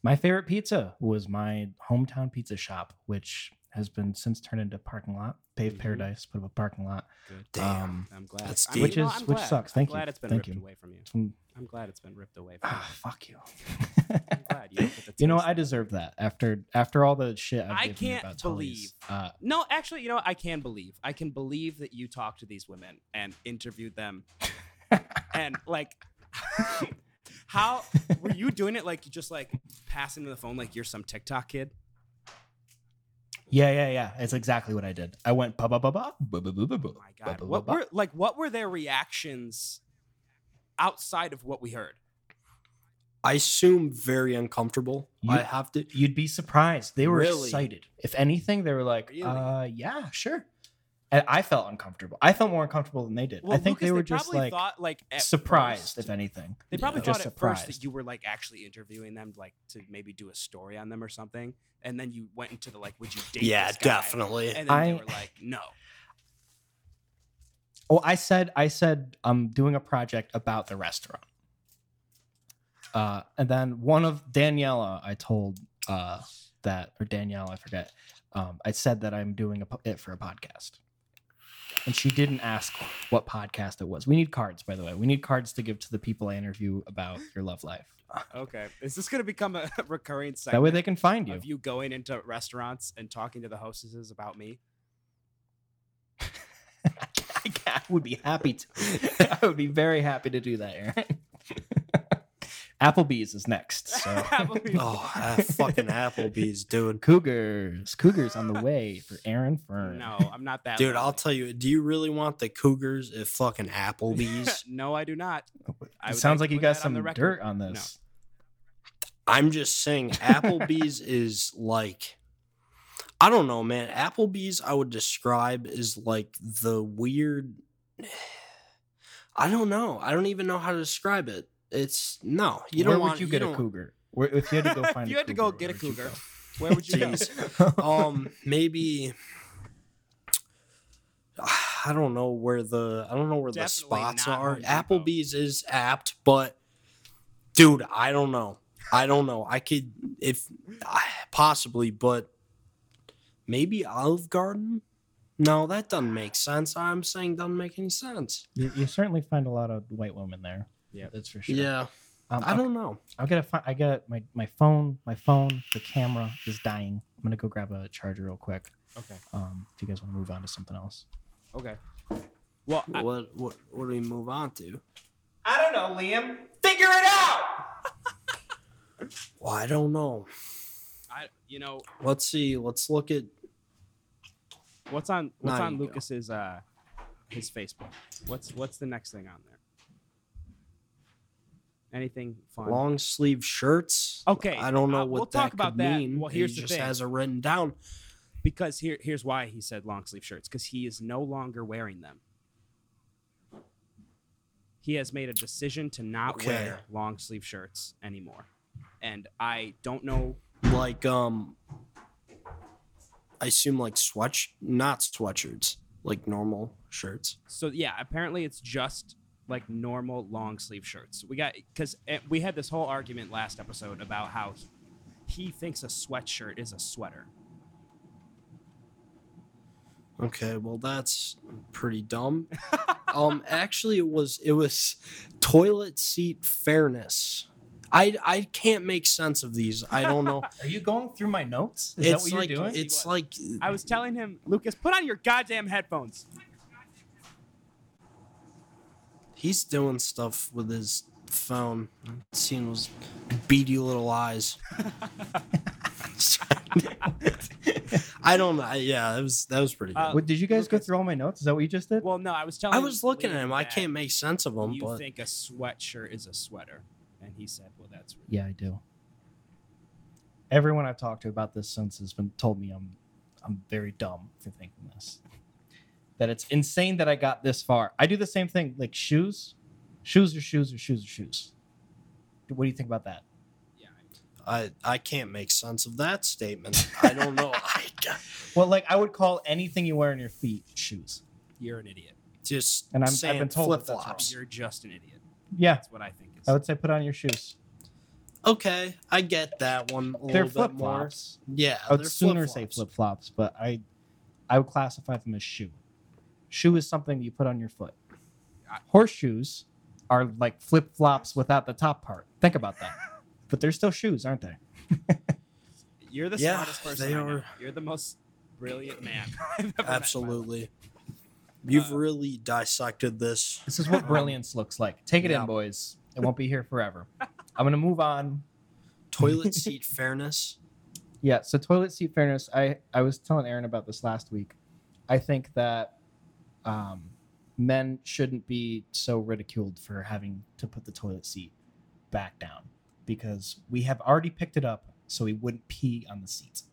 Speaker 3: my favorite pizza was my hometown pizza shop, which has been since turned into a parking lot, paved
Speaker 1: Mhm.
Speaker 3: paradise, put up a parking lot.
Speaker 1: Good.
Speaker 2: Damn.
Speaker 3: Um,
Speaker 1: I'm glad.
Speaker 2: That's
Speaker 1: I mean,
Speaker 2: deep.
Speaker 1: you know,
Speaker 3: Which is-
Speaker 1: I'm
Speaker 3: which
Speaker 1: glad.
Speaker 3: sucks.
Speaker 1: I'm
Speaker 3: Thank you.
Speaker 1: glad it's been
Speaker 3: Thank
Speaker 1: ripped
Speaker 3: you.
Speaker 1: away from you.
Speaker 3: from-
Speaker 1: I'm glad it's been ripped away. From
Speaker 3: ah, fuck you.
Speaker 1: you. I'm glad you. get to
Speaker 3: You know,
Speaker 1: taste
Speaker 3: what? I
Speaker 1: it.
Speaker 3: deserve that after after all the shit I've
Speaker 1: I
Speaker 3: given you
Speaker 1: can't
Speaker 3: about Tully's. Uh,
Speaker 1: No, actually, you know, what? I can believe. I can believe that you talked to these women and interviewed them, and like, how were you doing it? Like, just like passing to the phone, like you're some TikTok kid.
Speaker 3: yeah, yeah, yeah. It's exactly what I did. I went ba ba ba ba ba ba ba ba. ba,
Speaker 1: Oh my god,
Speaker 3: ba,
Speaker 1: what
Speaker 3: ba, ba.
Speaker 1: were like? What were their reactions outside of what we heard?
Speaker 2: I assume very uncomfortable.
Speaker 3: You-
Speaker 2: I have to.
Speaker 3: You'd be surprised. They were
Speaker 2: Really?
Speaker 3: excited. If anything, they were like,
Speaker 1: Really?
Speaker 3: uh, yeah, sure. And I felt uncomfortable. I felt more uncomfortable than they did.
Speaker 1: Well,
Speaker 3: I think
Speaker 1: Lucas,
Speaker 3: they were just
Speaker 1: probably
Speaker 3: like
Speaker 1: thought, like at
Speaker 3: surprised,
Speaker 1: first-
Speaker 3: if anything.
Speaker 1: They probably
Speaker 3: Yeah.
Speaker 1: thought
Speaker 3: Just
Speaker 1: at first
Speaker 3: surprised.
Speaker 1: that you were like actually interviewing them, like to maybe do a story on them or something, and then you went into the like, would you date?
Speaker 2: Yeah,
Speaker 1: this guy?
Speaker 2: definitely.
Speaker 1: And then they
Speaker 3: I-
Speaker 1: were like, no.
Speaker 3: Oh, I said, I said, I'm doing a project about the restaurant. Uh, and then one of Daniela, I told uh, that, or Danielle, I forget. Um, I said that I'm doing a, po- it for a podcast, and she didn't ask what podcast it was. We need cards, by the way. We need cards to give to the people I interview about your love life.
Speaker 1: Okay. Is this going to become a recurring segment
Speaker 3: That way they can find you.
Speaker 1: of you going into restaurants and talking to the hostesses about me?
Speaker 3: I would be happy to. I would be very happy to do that, Aaron. Applebee's is next. So.
Speaker 1: Applebee's.
Speaker 2: Oh, ah, fucking Applebee's, dude.
Speaker 3: Cougars. Cougars on the way for Aaron Fern.
Speaker 1: No, I'm not that.
Speaker 2: Dude, I'll
Speaker 1: lonely.
Speaker 2: tell you. Do you really want the Cougars if fucking Applebee's?
Speaker 1: no, I do not. I
Speaker 3: Oh, It
Speaker 1: would
Speaker 3: sounds
Speaker 1: like
Speaker 3: like
Speaker 1: to
Speaker 3: you
Speaker 1: put
Speaker 3: got
Speaker 1: that on
Speaker 3: some
Speaker 1: the record.
Speaker 3: dirt on this.
Speaker 2: I'm just saying Applebee's is like I don't know, man. Applebee's I would describe is like the weird I don't know. I don't even know how to describe it. It's no, you
Speaker 3: Where
Speaker 2: don't
Speaker 3: would
Speaker 2: want
Speaker 3: you get
Speaker 2: don't
Speaker 3: a cougar? Where, if you had to go
Speaker 1: If
Speaker 3: find,
Speaker 1: you
Speaker 3: a
Speaker 1: had to go
Speaker 3: cougar,
Speaker 1: get a
Speaker 3: where would you
Speaker 1: cougar,
Speaker 3: go?
Speaker 1: Where would you go?
Speaker 2: um maybe I don't know where the I don't know where the
Speaker 1: Definitely
Speaker 2: spots
Speaker 1: not
Speaker 2: are.
Speaker 1: Home Depot.
Speaker 2: Applebee's is apt, but dude, I don't know. I don't know. I could if possibly, but maybe Olive Garden. No, that doesn't make sense. I'm saying doesn't make any sense.
Speaker 3: you, you certainly find a lot of white women there.
Speaker 1: Yeah.
Speaker 3: that's for sure.
Speaker 2: Yeah,
Speaker 3: um,
Speaker 2: I don't know.
Speaker 3: I gotta find. I got my my phone. My phone. The camera is dying. I'm gonna go grab a charger real quick.
Speaker 1: Okay.
Speaker 3: Um, if you guys want to move on to something else.
Speaker 1: Okay. Well, I-
Speaker 2: What what what do we move on to?
Speaker 4: I don't know, Liam. Figure it out!
Speaker 2: Well, I don't know.
Speaker 1: I you know
Speaker 2: Let's see. Let's look at
Speaker 1: what's on what's
Speaker 2: There
Speaker 1: on
Speaker 2: you go.
Speaker 1: Lucas's uh his Facebook. What's what's the next thing on there? Anything fun?
Speaker 2: long sleeve shirts.
Speaker 1: Okay,
Speaker 2: I don't know
Speaker 1: uh,
Speaker 2: what
Speaker 1: we'll
Speaker 2: that
Speaker 1: talk
Speaker 2: could
Speaker 1: about that.
Speaker 2: mean.
Speaker 1: Well,
Speaker 2: and
Speaker 1: here's the
Speaker 2: he just
Speaker 1: thing.
Speaker 2: has it written down.
Speaker 1: because here here's why he said long sleeve shirts because he is no longer wearing them. He has made a decision to not
Speaker 2: Okay.
Speaker 1: wear long sleeve shirts anymore, and I don't know.
Speaker 2: like um I assume like sweat not sweatshirts, like normal shirts.
Speaker 1: So yeah, apparently it's just like normal long sleeve shirts. We got because we had this whole argument last episode about how he, he thinks a sweatshirt is a sweater.
Speaker 2: Okay, well that's pretty dumb. um actually it was it was toilet seat fairness. I I can't make sense of these. I don't know.
Speaker 3: Are you going through my notes? Is
Speaker 2: it's
Speaker 3: that what
Speaker 2: like
Speaker 3: you're doing?
Speaker 2: it's
Speaker 1: He
Speaker 2: like
Speaker 1: I was telling him, Lucas, put on your goddamn headphones.
Speaker 2: he's doing stuff with his phone. Seeing those beady little eyes. I don't know. I- Yeah, that was that was pretty good.
Speaker 1: Uh,
Speaker 3: What, did you guys go
Speaker 1: Lucas-
Speaker 3: through all my notes? Is that what you just did?
Speaker 1: Well, no, I was telling.
Speaker 2: I was looking at
Speaker 1: Liam
Speaker 2: him. I
Speaker 1: that
Speaker 2: can't make sense of him,
Speaker 1: You
Speaker 2: but
Speaker 1: think a sweatshirt is a sweater, and he said, "Well, that's really
Speaker 3: yeah, I do. Everyone I've talked to about this since has been told me I'm I'm very dumb for thinking this. That it's insane that I got this far. I do the same thing, like shoes, shoes or shoes or shoes or shoes. What do you think about that?
Speaker 1: yeah."
Speaker 2: I I can't make sense of that statement. I don't know. I g-
Speaker 3: Well, like I would call anything you wear on your feet shoes.
Speaker 1: You're an idiot.
Speaker 2: just
Speaker 3: And I'm- I've
Speaker 2: saying
Speaker 3: been told
Speaker 2: flip
Speaker 3: that that's wrong.
Speaker 2: flops.
Speaker 1: You're just an idiot.
Speaker 3: Yeah,
Speaker 1: That's what I think. Is.
Speaker 3: I would say put on your shoes.
Speaker 2: Okay, I get that one a little
Speaker 3: They're
Speaker 2: bit
Speaker 3: flip
Speaker 2: more.
Speaker 3: flops.
Speaker 2: Yeah,
Speaker 3: I would
Speaker 2: they're
Speaker 3: Uh, sooner say
Speaker 2: flip-flops.
Speaker 3: flip flops, but I I would classify them as shoe. Shoe is something you put on your foot.
Speaker 1: I-
Speaker 3: Horseshoes are like flip flops without the top part. Think about that. but they're still shoes, aren't they?
Speaker 1: You're the
Speaker 2: Yeah,
Speaker 1: smartest person.
Speaker 2: they
Speaker 1: I know.
Speaker 2: are.
Speaker 1: You're the most brilliant man. I've ever met in my life.
Speaker 2: Absolutely. You've
Speaker 1: Uh,
Speaker 2: really dissected this.
Speaker 3: This is what brilliance looks like. Take it
Speaker 2: Yeah.
Speaker 3: in, boys. It won't be here forever. I'm gonna move on.
Speaker 2: Toilet seat fairness.
Speaker 3: Yeah, so toilet seat fairness. I I was telling Aaron about this last week. I think that um, men shouldn't be so ridiculed for having to put the toilet seat back down because we have already picked it up, so we wouldn't pee on the seat,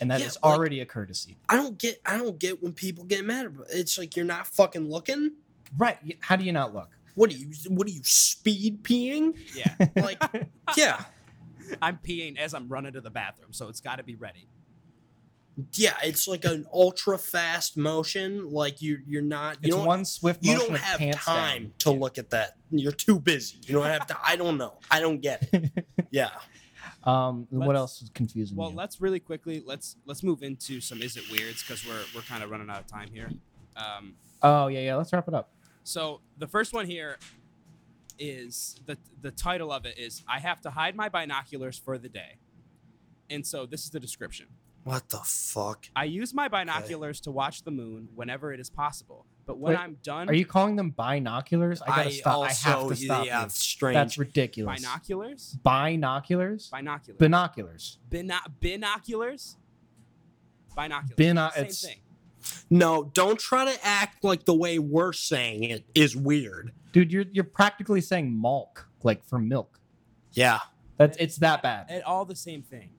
Speaker 3: and that is
Speaker 2: Yeah, like-
Speaker 3: already a courtesy.
Speaker 2: I don't get. I don't get when people get mad. About it. It's like you're not fucking looking.
Speaker 3: Right? y- How do you not look?
Speaker 2: What are you? What are you speed peeing?
Speaker 1: Yeah,
Speaker 2: Like, yeah,
Speaker 1: I'm peeing as I'm running to the bathroom, so it's got to be ready.
Speaker 2: yeah. It's like an ultra fast motion. Like you, you're not. You
Speaker 3: It's
Speaker 2: don't
Speaker 3: one swift
Speaker 2: you
Speaker 3: motion
Speaker 2: don't
Speaker 3: of
Speaker 2: have
Speaker 3: pants
Speaker 2: time
Speaker 3: down.
Speaker 2: to look at that. You're too busy. You don't have to. I don't know. I don't get it. Yeah.
Speaker 3: Um, what
Speaker 1: Let's-
Speaker 3: else is confusing
Speaker 1: Well,
Speaker 3: you?
Speaker 1: let's really quickly let's let's move into some is it weirds because we're we're kind of running out of time here. Um,
Speaker 3: oh yeah, yeah. Let's wrap it up.
Speaker 1: So the first one here is the the title of it is I have to hide my binoculars for the day. And so this is the description.
Speaker 2: What the fuck?
Speaker 1: I use my binoculars to watch the moon whenever it is possible. But when
Speaker 3: Wait,
Speaker 1: I'm done
Speaker 3: Are you calling them binoculars? I gotta stop. I have to stop.
Speaker 2: Yeah,
Speaker 3: you.
Speaker 2: strange.
Speaker 3: That's ridiculous.
Speaker 1: binoculars? Binoculars.
Speaker 3: Binoculars? Binoculars.
Speaker 1: Bino- binoculars? Binoculars.
Speaker 3: Bino-
Speaker 1: Same
Speaker 3: it's-
Speaker 1: thing.
Speaker 2: no, don't try to act like the way we're saying it is weird.
Speaker 3: Dude, you're you're practically saying malk, like for milk.
Speaker 2: Yeah.
Speaker 3: That's it's that bad.
Speaker 1: It all the same thing.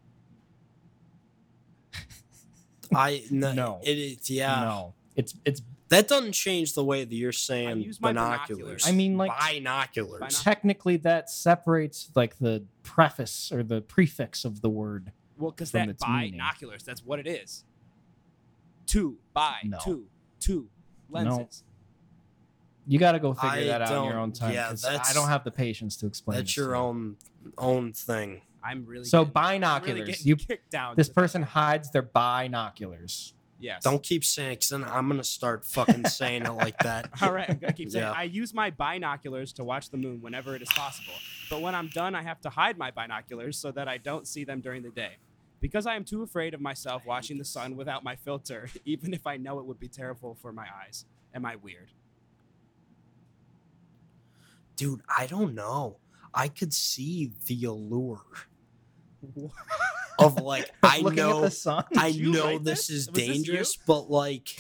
Speaker 2: I no,
Speaker 3: No.
Speaker 2: It is yeah.
Speaker 3: No, it's it's
Speaker 2: That doesn't change the way that you're saying
Speaker 1: use my
Speaker 2: binoculars.
Speaker 1: binoculars.
Speaker 3: I mean, like-
Speaker 2: binoculars.
Speaker 3: technically that separates like the preface or the prefix of the word.
Speaker 1: Well, because
Speaker 3: From
Speaker 1: that
Speaker 3: its meaning.
Speaker 1: binoculars, that's what it is. Two, by,
Speaker 3: No.
Speaker 1: two, two lenses.
Speaker 3: You got to go figure
Speaker 2: I
Speaker 3: that out on your
Speaker 2: don't-
Speaker 3: own time.
Speaker 2: yeah,
Speaker 3: 'cause
Speaker 2: that's-
Speaker 3: I don't have the patience to explain.
Speaker 2: That's
Speaker 3: this
Speaker 2: your
Speaker 3: to you.
Speaker 2: own own thing.
Speaker 1: I'm really
Speaker 3: So
Speaker 1: getting- I'm really
Speaker 3: binoculars,
Speaker 1: getting
Speaker 3: you-
Speaker 1: kicked down.
Speaker 3: This
Speaker 1: to the-
Speaker 3: person hides their binoculars.
Speaker 1: Yes.
Speaker 2: Don't keep saying. 'cause Then I'm gonna start fucking saying it like that.
Speaker 1: All right, I'm gonna keep saying
Speaker 2: Yeah.
Speaker 1: I use my binoculars to watch the moon whenever it is possible. But when I'm done, I have to hide my binoculars so that I don't see them during the day. Because I am too afraid of myself watching the sun without my filter, even if I know it would be terrible for my eyes. Am I weird?
Speaker 2: Dude, I don't know. I could see the allure of like I
Speaker 3: Looking at
Speaker 2: know
Speaker 3: the sun.
Speaker 2: I
Speaker 1: you
Speaker 2: know
Speaker 1: write
Speaker 2: this
Speaker 1: this?
Speaker 2: is
Speaker 1: Was this you?
Speaker 2: dangerous, but like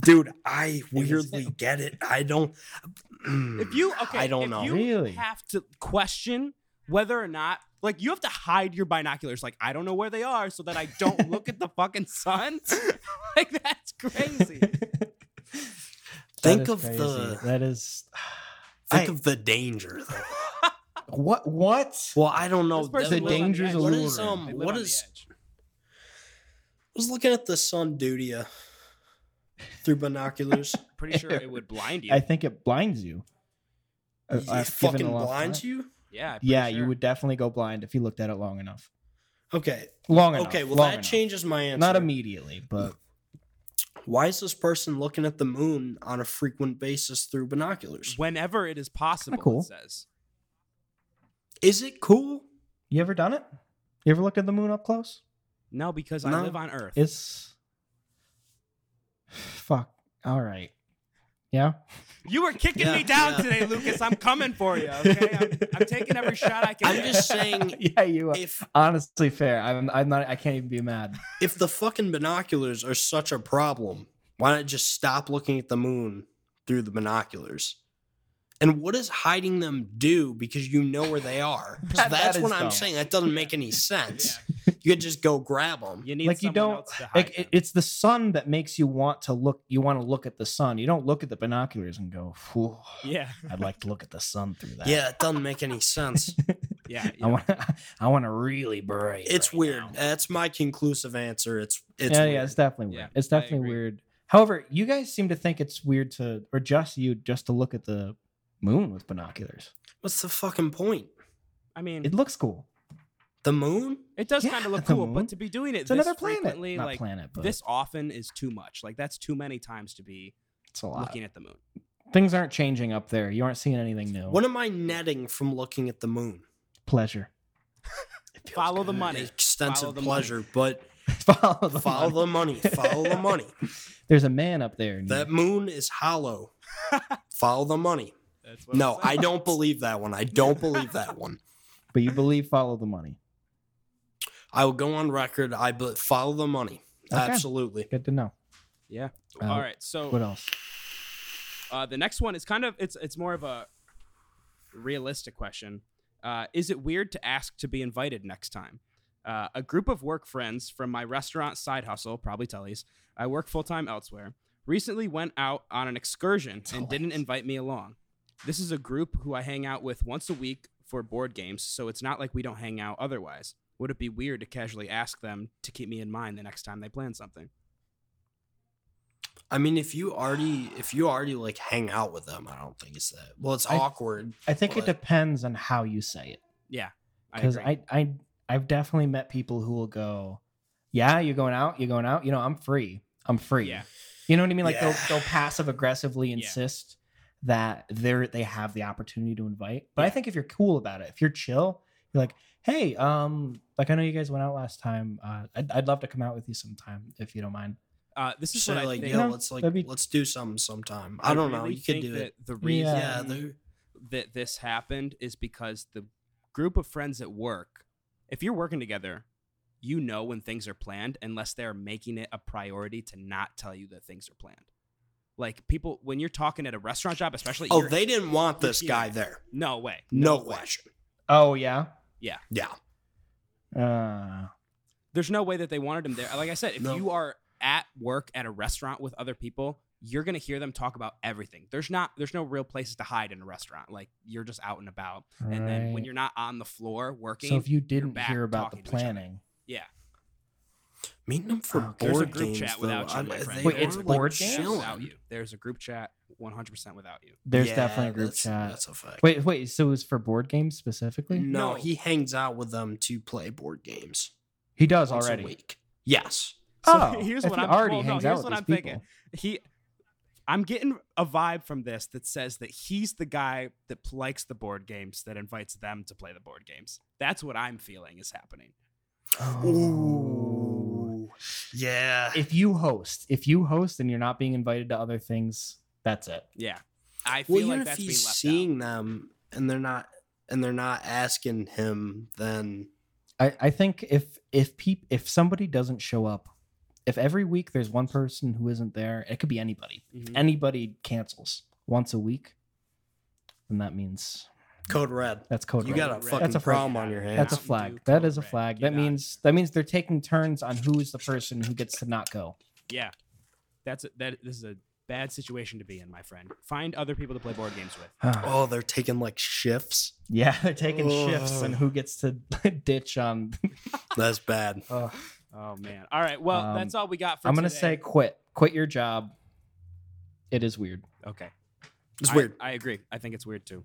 Speaker 2: dude, I weirdly get it. I don't mm,
Speaker 1: If you okay,
Speaker 2: Hmm. I don't
Speaker 1: if
Speaker 2: know.
Speaker 1: You
Speaker 3: Really?
Speaker 1: have to question whether or not like you have to hide your binoculars. Like I don't know where they are, so that I don't look at the fucking sun. like that's crazy.
Speaker 2: Think
Speaker 3: That is
Speaker 2: of the-
Speaker 3: that is
Speaker 2: think
Speaker 3: I-
Speaker 2: of the danger though.
Speaker 3: what what
Speaker 2: Well, I don't know.
Speaker 1: This person
Speaker 2: That-
Speaker 1: lives on
Speaker 3: danger's
Speaker 1: edge.
Speaker 3: a
Speaker 2: what
Speaker 3: allure.
Speaker 2: is
Speaker 1: They
Speaker 2: um
Speaker 1: live
Speaker 2: what
Speaker 1: on the
Speaker 2: is
Speaker 1: edge.
Speaker 2: I was looking at the sun dude yeah, through binoculars.
Speaker 1: Pretty sure it would blind you.
Speaker 3: I think it blinds you. I-
Speaker 2: it
Speaker 3: I've given
Speaker 2: fucking
Speaker 3: Uh, a lot of
Speaker 2: blinds
Speaker 3: thought.
Speaker 2: you?
Speaker 1: yeah. I'm pretty
Speaker 3: Yeah, you
Speaker 1: sure.
Speaker 3: would definitely go blind if you looked at it long enough.
Speaker 2: Okay.
Speaker 3: Long enough.
Speaker 2: Okay, well
Speaker 3: long
Speaker 2: that
Speaker 3: enough.
Speaker 2: changes my answer.
Speaker 3: Not immediately, but
Speaker 2: Why is this person looking at the moon on a frequent basis through binoculars?
Speaker 1: Whenever it is possible,
Speaker 3: cool.
Speaker 1: it says.
Speaker 2: Is it cool?
Speaker 3: you ever done it? You ever looked at the moon up close?
Speaker 1: No, because
Speaker 2: No.
Speaker 1: I live on Earth.
Speaker 3: It's fuck. All right. Yeah.
Speaker 1: you were kicking
Speaker 2: Yeah,
Speaker 1: me down
Speaker 2: yeah.
Speaker 1: today, Lucas. I'm coming for you. Okay, I'm, I'm taking every shot I can.
Speaker 2: I'm
Speaker 1: get.
Speaker 2: just saying
Speaker 3: yeah, you. Are.
Speaker 2: if
Speaker 3: Honestly, fair. I'm. I'm not. I can't even be mad.
Speaker 2: if the fucking binoculars are such a problem, why not just stop looking at the moon through the binoculars? And what does hiding them do? Because you know where they are. So
Speaker 3: That- that
Speaker 2: that's
Speaker 3: is
Speaker 2: what I'm
Speaker 3: dumb.
Speaker 2: saying. That doesn't make any sense. You could just go grab them.
Speaker 1: you need
Speaker 3: Like, you
Speaker 1: someone
Speaker 3: don't-
Speaker 1: else to hide
Speaker 3: Like it,
Speaker 1: them.
Speaker 3: it's the sun that makes you want to look. You want to look at the sun. You don't look at the binoculars and go, "Phew,
Speaker 1: yeah,
Speaker 3: I'd like to look at the sun through that."
Speaker 2: Yeah, it doesn't make any sense.
Speaker 1: yeah.
Speaker 3: I want. I want to really bright.
Speaker 2: It's
Speaker 3: right
Speaker 2: weird.
Speaker 3: now.
Speaker 2: That's my conclusive answer. It's it's
Speaker 3: yeah,
Speaker 2: weird.
Speaker 3: yeah, it's definitely weird.
Speaker 1: Yeah,
Speaker 3: it's
Speaker 1: I
Speaker 3: definitely
Speaker 1: agree.
Speaker 3: weird. However, you guys seem to think it's weird to, or just you, just to look at the moon with binoculars.
Speaker 2: What's the fucking point?
Speaker 1: I mean,
Speaker 3: It looks cool.
Speaker 2: The moon?
Speaker 1: It does
Speaker 3: Yeah,
Speaker 1: kind of look
Speaker 3: the
Speaker 1: cool,
Speaker 3: moon.
Speaker 1: but to be doing it
Speaker 3: It's
Speaker 1: this
Speaker 3: another planet,
Speaker 1: frequently,
Speaker 3: not
Speaker 1: like
Speaker 3: planet, but
Speaker 1: this often, is too much. Like that's too many times to be
Speaker 3: it's a lot.
Speaker 1: looking at the moon.
Speaker 3: Things aren't changing up there. You aren't seeing anything new.
Speaker 2: What am I netting from looking at the moon?
Speaker 3: pleasure?
Speaker 1: Follow the money.
Speaker 2: Extensive
Speaker 1: Follow the money.
Speaker 2: pleasure, but
Speaker 3: follow the
Speaker 2: follow
Speaker 3: money.
Speaker 2: the money. Follow the money.
Speaker 3: There's a man up there. and
Speaker 2: That
Speaker 3: you-
Speaker 2: moon is hollow. follow the money.
Speaker 1: That's what
Speaker 2: No,
Speaker 1: I'm
Speaker 2: I
Speaker 1: saying.
Speaker 2: don't believe that one. I don't believe that one.
Speaker 3: but you believe follow the money.
Speaker 2: I will go on record. I be- follow the money.
Speaker 3: Okay.
Speaker 2: Absolutely.
Speaker 3: Good to know.
Speaker 1: Yeah.
Speaker 3: Uh,
Speaker 1: All right.
Speaker 3: What
Speaker 1: So
Speaker 3: else?
Speaker 1: uh, the next one is kind of it's it's more of a realistic question. Uh, is it weird to ask to be invited next time? Uh, a group of work friends from my restaurant side hustle, probably Tully's. I work full time elsewhere. Recently went out on an excursion and didn't invite me along. This is a group who I hang out with once a week for board games, so it's not like we don't hang out otherwise. Would it be weird to casually ask them to keep me in mind the next time they plan something?
Speaker 2: I mean, if you already if you already like hang out with them, I don't think it's that. Well, it's
Speaker 3: I-
Speaker 2: awkward.
Speaker 3: I think
Speaker 1: uh,
Speaker 2: What?
Speaker 3: it depends on how you say it.
Speaker 1: Yeah, I
Speaker 3: because
Speaker 1: agree.
Speaker 3: I, I I've definitely met people who will go, yeah, you're going out, you're going out. You know, I'm free, I'm free.
Speaker 1: Yeah.
Speaker 3: You know what I mean? Like they'll
Speaker 2: Yeah.
Speaker 3: they'll passive aggressively
Speaker 1: Yeah.
Speaker 3: insist that they're they have the opportunity to invite. But I
Speaker 1: Yeah.
Speaker 3: think if you're cool about it, if you're chill, you're like, hey, um, like I know you guys went out last time. Uh, I'd, I'd love to come out with you sometime if you don't mind.
Speaker 1: uh, this is
Speaker 2: Say
Speaker 1: what I
Speaker 2: like,
Speaker 1: think.
Speaker 2: yo,
Speaker 3: No,
Speaker 2: let's like
Speaker 3: that'd be-
Speaker 2: let's do something sometime. I don't know.
Speaker 1: really
Speaker 2: You could
Speaker 1: think
Speaker 2: do
Speaker 1: that uh,
Speaker 2: it.
Speaker 1: The reason
Speaker 2: Yeah,
Speaker 3: Yeah.
Speaker 2: they're-
Speaker 1: that this happened is because the group of friends at work, if you're working together, you know when things are planned unless they're making it a priority to not tell you that things are planned. Like people, when you're talking at a restaurant job, especially,
Speaker 2: oh,
Speaker 1: you're-
Speaker 2: they didn't want
Speaker 1: you're
Speaker 2: this
Speaker 1: here.
Speaker 2: guy there.
Speaker 1: no way,
Speaker 2: No
Speaker 1: way.
Speaker 2: question.
Speaker 3: Oh yeah.
Speaker 2: Yeah.
Speaker 3: Oh, Uh,
Speaker 1: There's no way that they wanted him there. Like I said, if
Speaker 2: No.
Speaker 1: you are at work at a restaurant with other people, you're gonna hear them talk about everything. There's not there's no real places to hide in a restaurant. Like you're just out and about. And then when
Speaker 3: Right.
Speaker 1: you're not on the floor working,
Speaker 3: so if you didn't
Speaker 1: back
Speaker 3: hear about the
Speaker 1: talking to each other.
Speaker 3: planning,
Speaker 1: yeah.
Speaker 2: Meeting them for
Speaker 3: Oh,
Speaker 2: board
Speaker 1: There's a group
Speaker 2: games,
Speaker 1: chat
Speaker 2: though,
Speaker 1: without you,
Speaker 2: I-
Speaker 1: my friend.
Speaker 2: they
Speaker 3: Wait,
Speaker 2: are,
Speaker 3: it's
Speaker 2: like,
Speaker 3: board games?
Speaker 2: chilling.
Speaker 1: Without you. There's a group chat 100 percent without you.
Speaker 3: there's
Speaker 2: Yeah,
Speaker 3: definitely a group
Speaker 2: that's-
Speaker 3: chat.
Speaker 2: That's a fact.
Speaker 3: Wait, wait. So it was for board games specifically?
Speaker 2: no,
Speaker 1: No.
Speaker 2: he hangs out with them to play board games
Speaker 3: He does
Speaker 2: once
Speaker 3: already.
Speaker 2: a week. Yes.
Speaker 1: So
Speaker 3: Oh,
Speaker 1: here's
Speaker 3: if
Speaker 1: what
Speaker 3: he
Speaker 1: I'm
Speaker 3: already
Speaker 1: well, no,
Speaker 3: hangs
Speaker 1: here's
Speaker 3: out with
Speaker 1: what
Speaker 3: these
Speaker 1: I'm
Speaker 3: people.
Speaker 1: thinking. He I'm getting a vibe from this that says that he's the guy that pl- likes the board games that invites them to play the board games. That's what I'm feeling is happening.
Speaker 3: Oh.
Speaker 2: Ooh. Yeah.
Speaker 3: If you host, if you host and you're not being invited to other things, that's it.
Speaker 1: Yeah. I
Speaker 2: well,
Speaker 1: feel
Speaker 2: even
Speaker 1: like
Speaker 2: if
Speaker 1: that's being
Speaker 2: he's
Speaker 1: left
Speaker 2: seeing them and they're not and they're not asking him, then
Speaker 3: I, I think if if peop, if somebody doesn't show up, if every week there's one person who isn't there, it could be anybody.
Speaker 1: out. Mhm.
Speaker 3: Anybody cancels once a week, then that means
Speaker 2: code red.
Speaker 3: that's code.
Speaker 2: You
Speaker 3: red.
Speaker 2: got a
Speaker 1: That's
Speaker 2: fucking
Speaker 3: a
Speaker 2: problem
Speaker 1: flag.
Speaker 2: on your
Speaker 3: That's
Speaker 2: hands.
Speaker 3: a
Speaker 1: Mountain Dew
Speaker 3: flag. That is a
Speaker 1: Code Red.
Speaker 3: flag.
Speaker 1: You
Speaker 3: That
Speaker 1: got it.
Speaker 3: means that means they're taking turns on who is the person who gets to not go.
Speaker 1: Yeah. That's a, that this is a bad situation to be in, my friend. Find other people to play board games with.
Speaker 2: oh, they're taking like shifts.
Speaker 3: Yeah, they're taking shifts on
Speaker 2: Ugh.
Speaker 3: who gets to ditch on.
Speaker 2: That's bad.
Speaker 3: Ugh.
Speaker 1: Oh man. All right. Well,
Speaker 3: Um,
Speaker 1: that's all we got for
Speaker 3: I'm gonna
Speaker 1: today.
Speaker 3: say quit. Quit your job. It is weird.
Speaker 1: Okay.
Speaker 2: It's
Speaker 1: I-
Speaker 2: weird.
Speaker 1: I agree. I think it's weird too.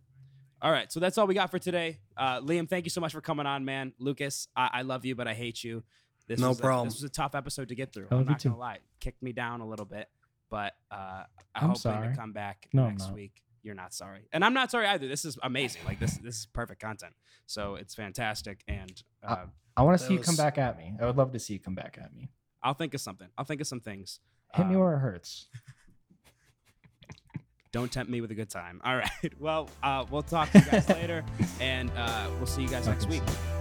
Speaker 1: All right, so that's all we got for today. Uh, Liam, thank you so much for coming on, man. Lucas, I, I love you, but I hate you. This
Speaker 2: No
Speaker 1: was a-
Speaker 2: problem.
Speaker 1: this was a tough episode to get through.
Speaker 3: I
Speaker 1: I'm
Speaker 3: love you
Speaker 1: not gonna
Speaker 3: too.
Speaker 1: lie, kicked me down a little bit, but uh, I'm,
Speaker 3: I'm
Speaker 1: hoping
Speaker 3: sorry.
Speaker 1: to come back
Speaker 3: No, I'm
Speaker 1: next
Speaker 3: not.
Speaker 1: week. You're not sorry, and I'm not sorry either. This is amazing. Like this, this is perfect content. So it's fantastic, and uh,
Speaker 3: I want to
Speaker 2: That
Speaker 3: see you come
Speaker 2: was-
Speaker 3: back at me. I would love to see you come back at me.
Speaker 1: I'll think of something. I'll think of some things.
Speaker 3: Hit me
Speaker 1: Um,
Speaker 3: where it hurts.
Speaker 1: Don't tempt me with a good time. All right. Well, uh, we'll talk to you guys later, and uh, we'll see you guys next
Speaker 3: Okay.
Speaker 1: week.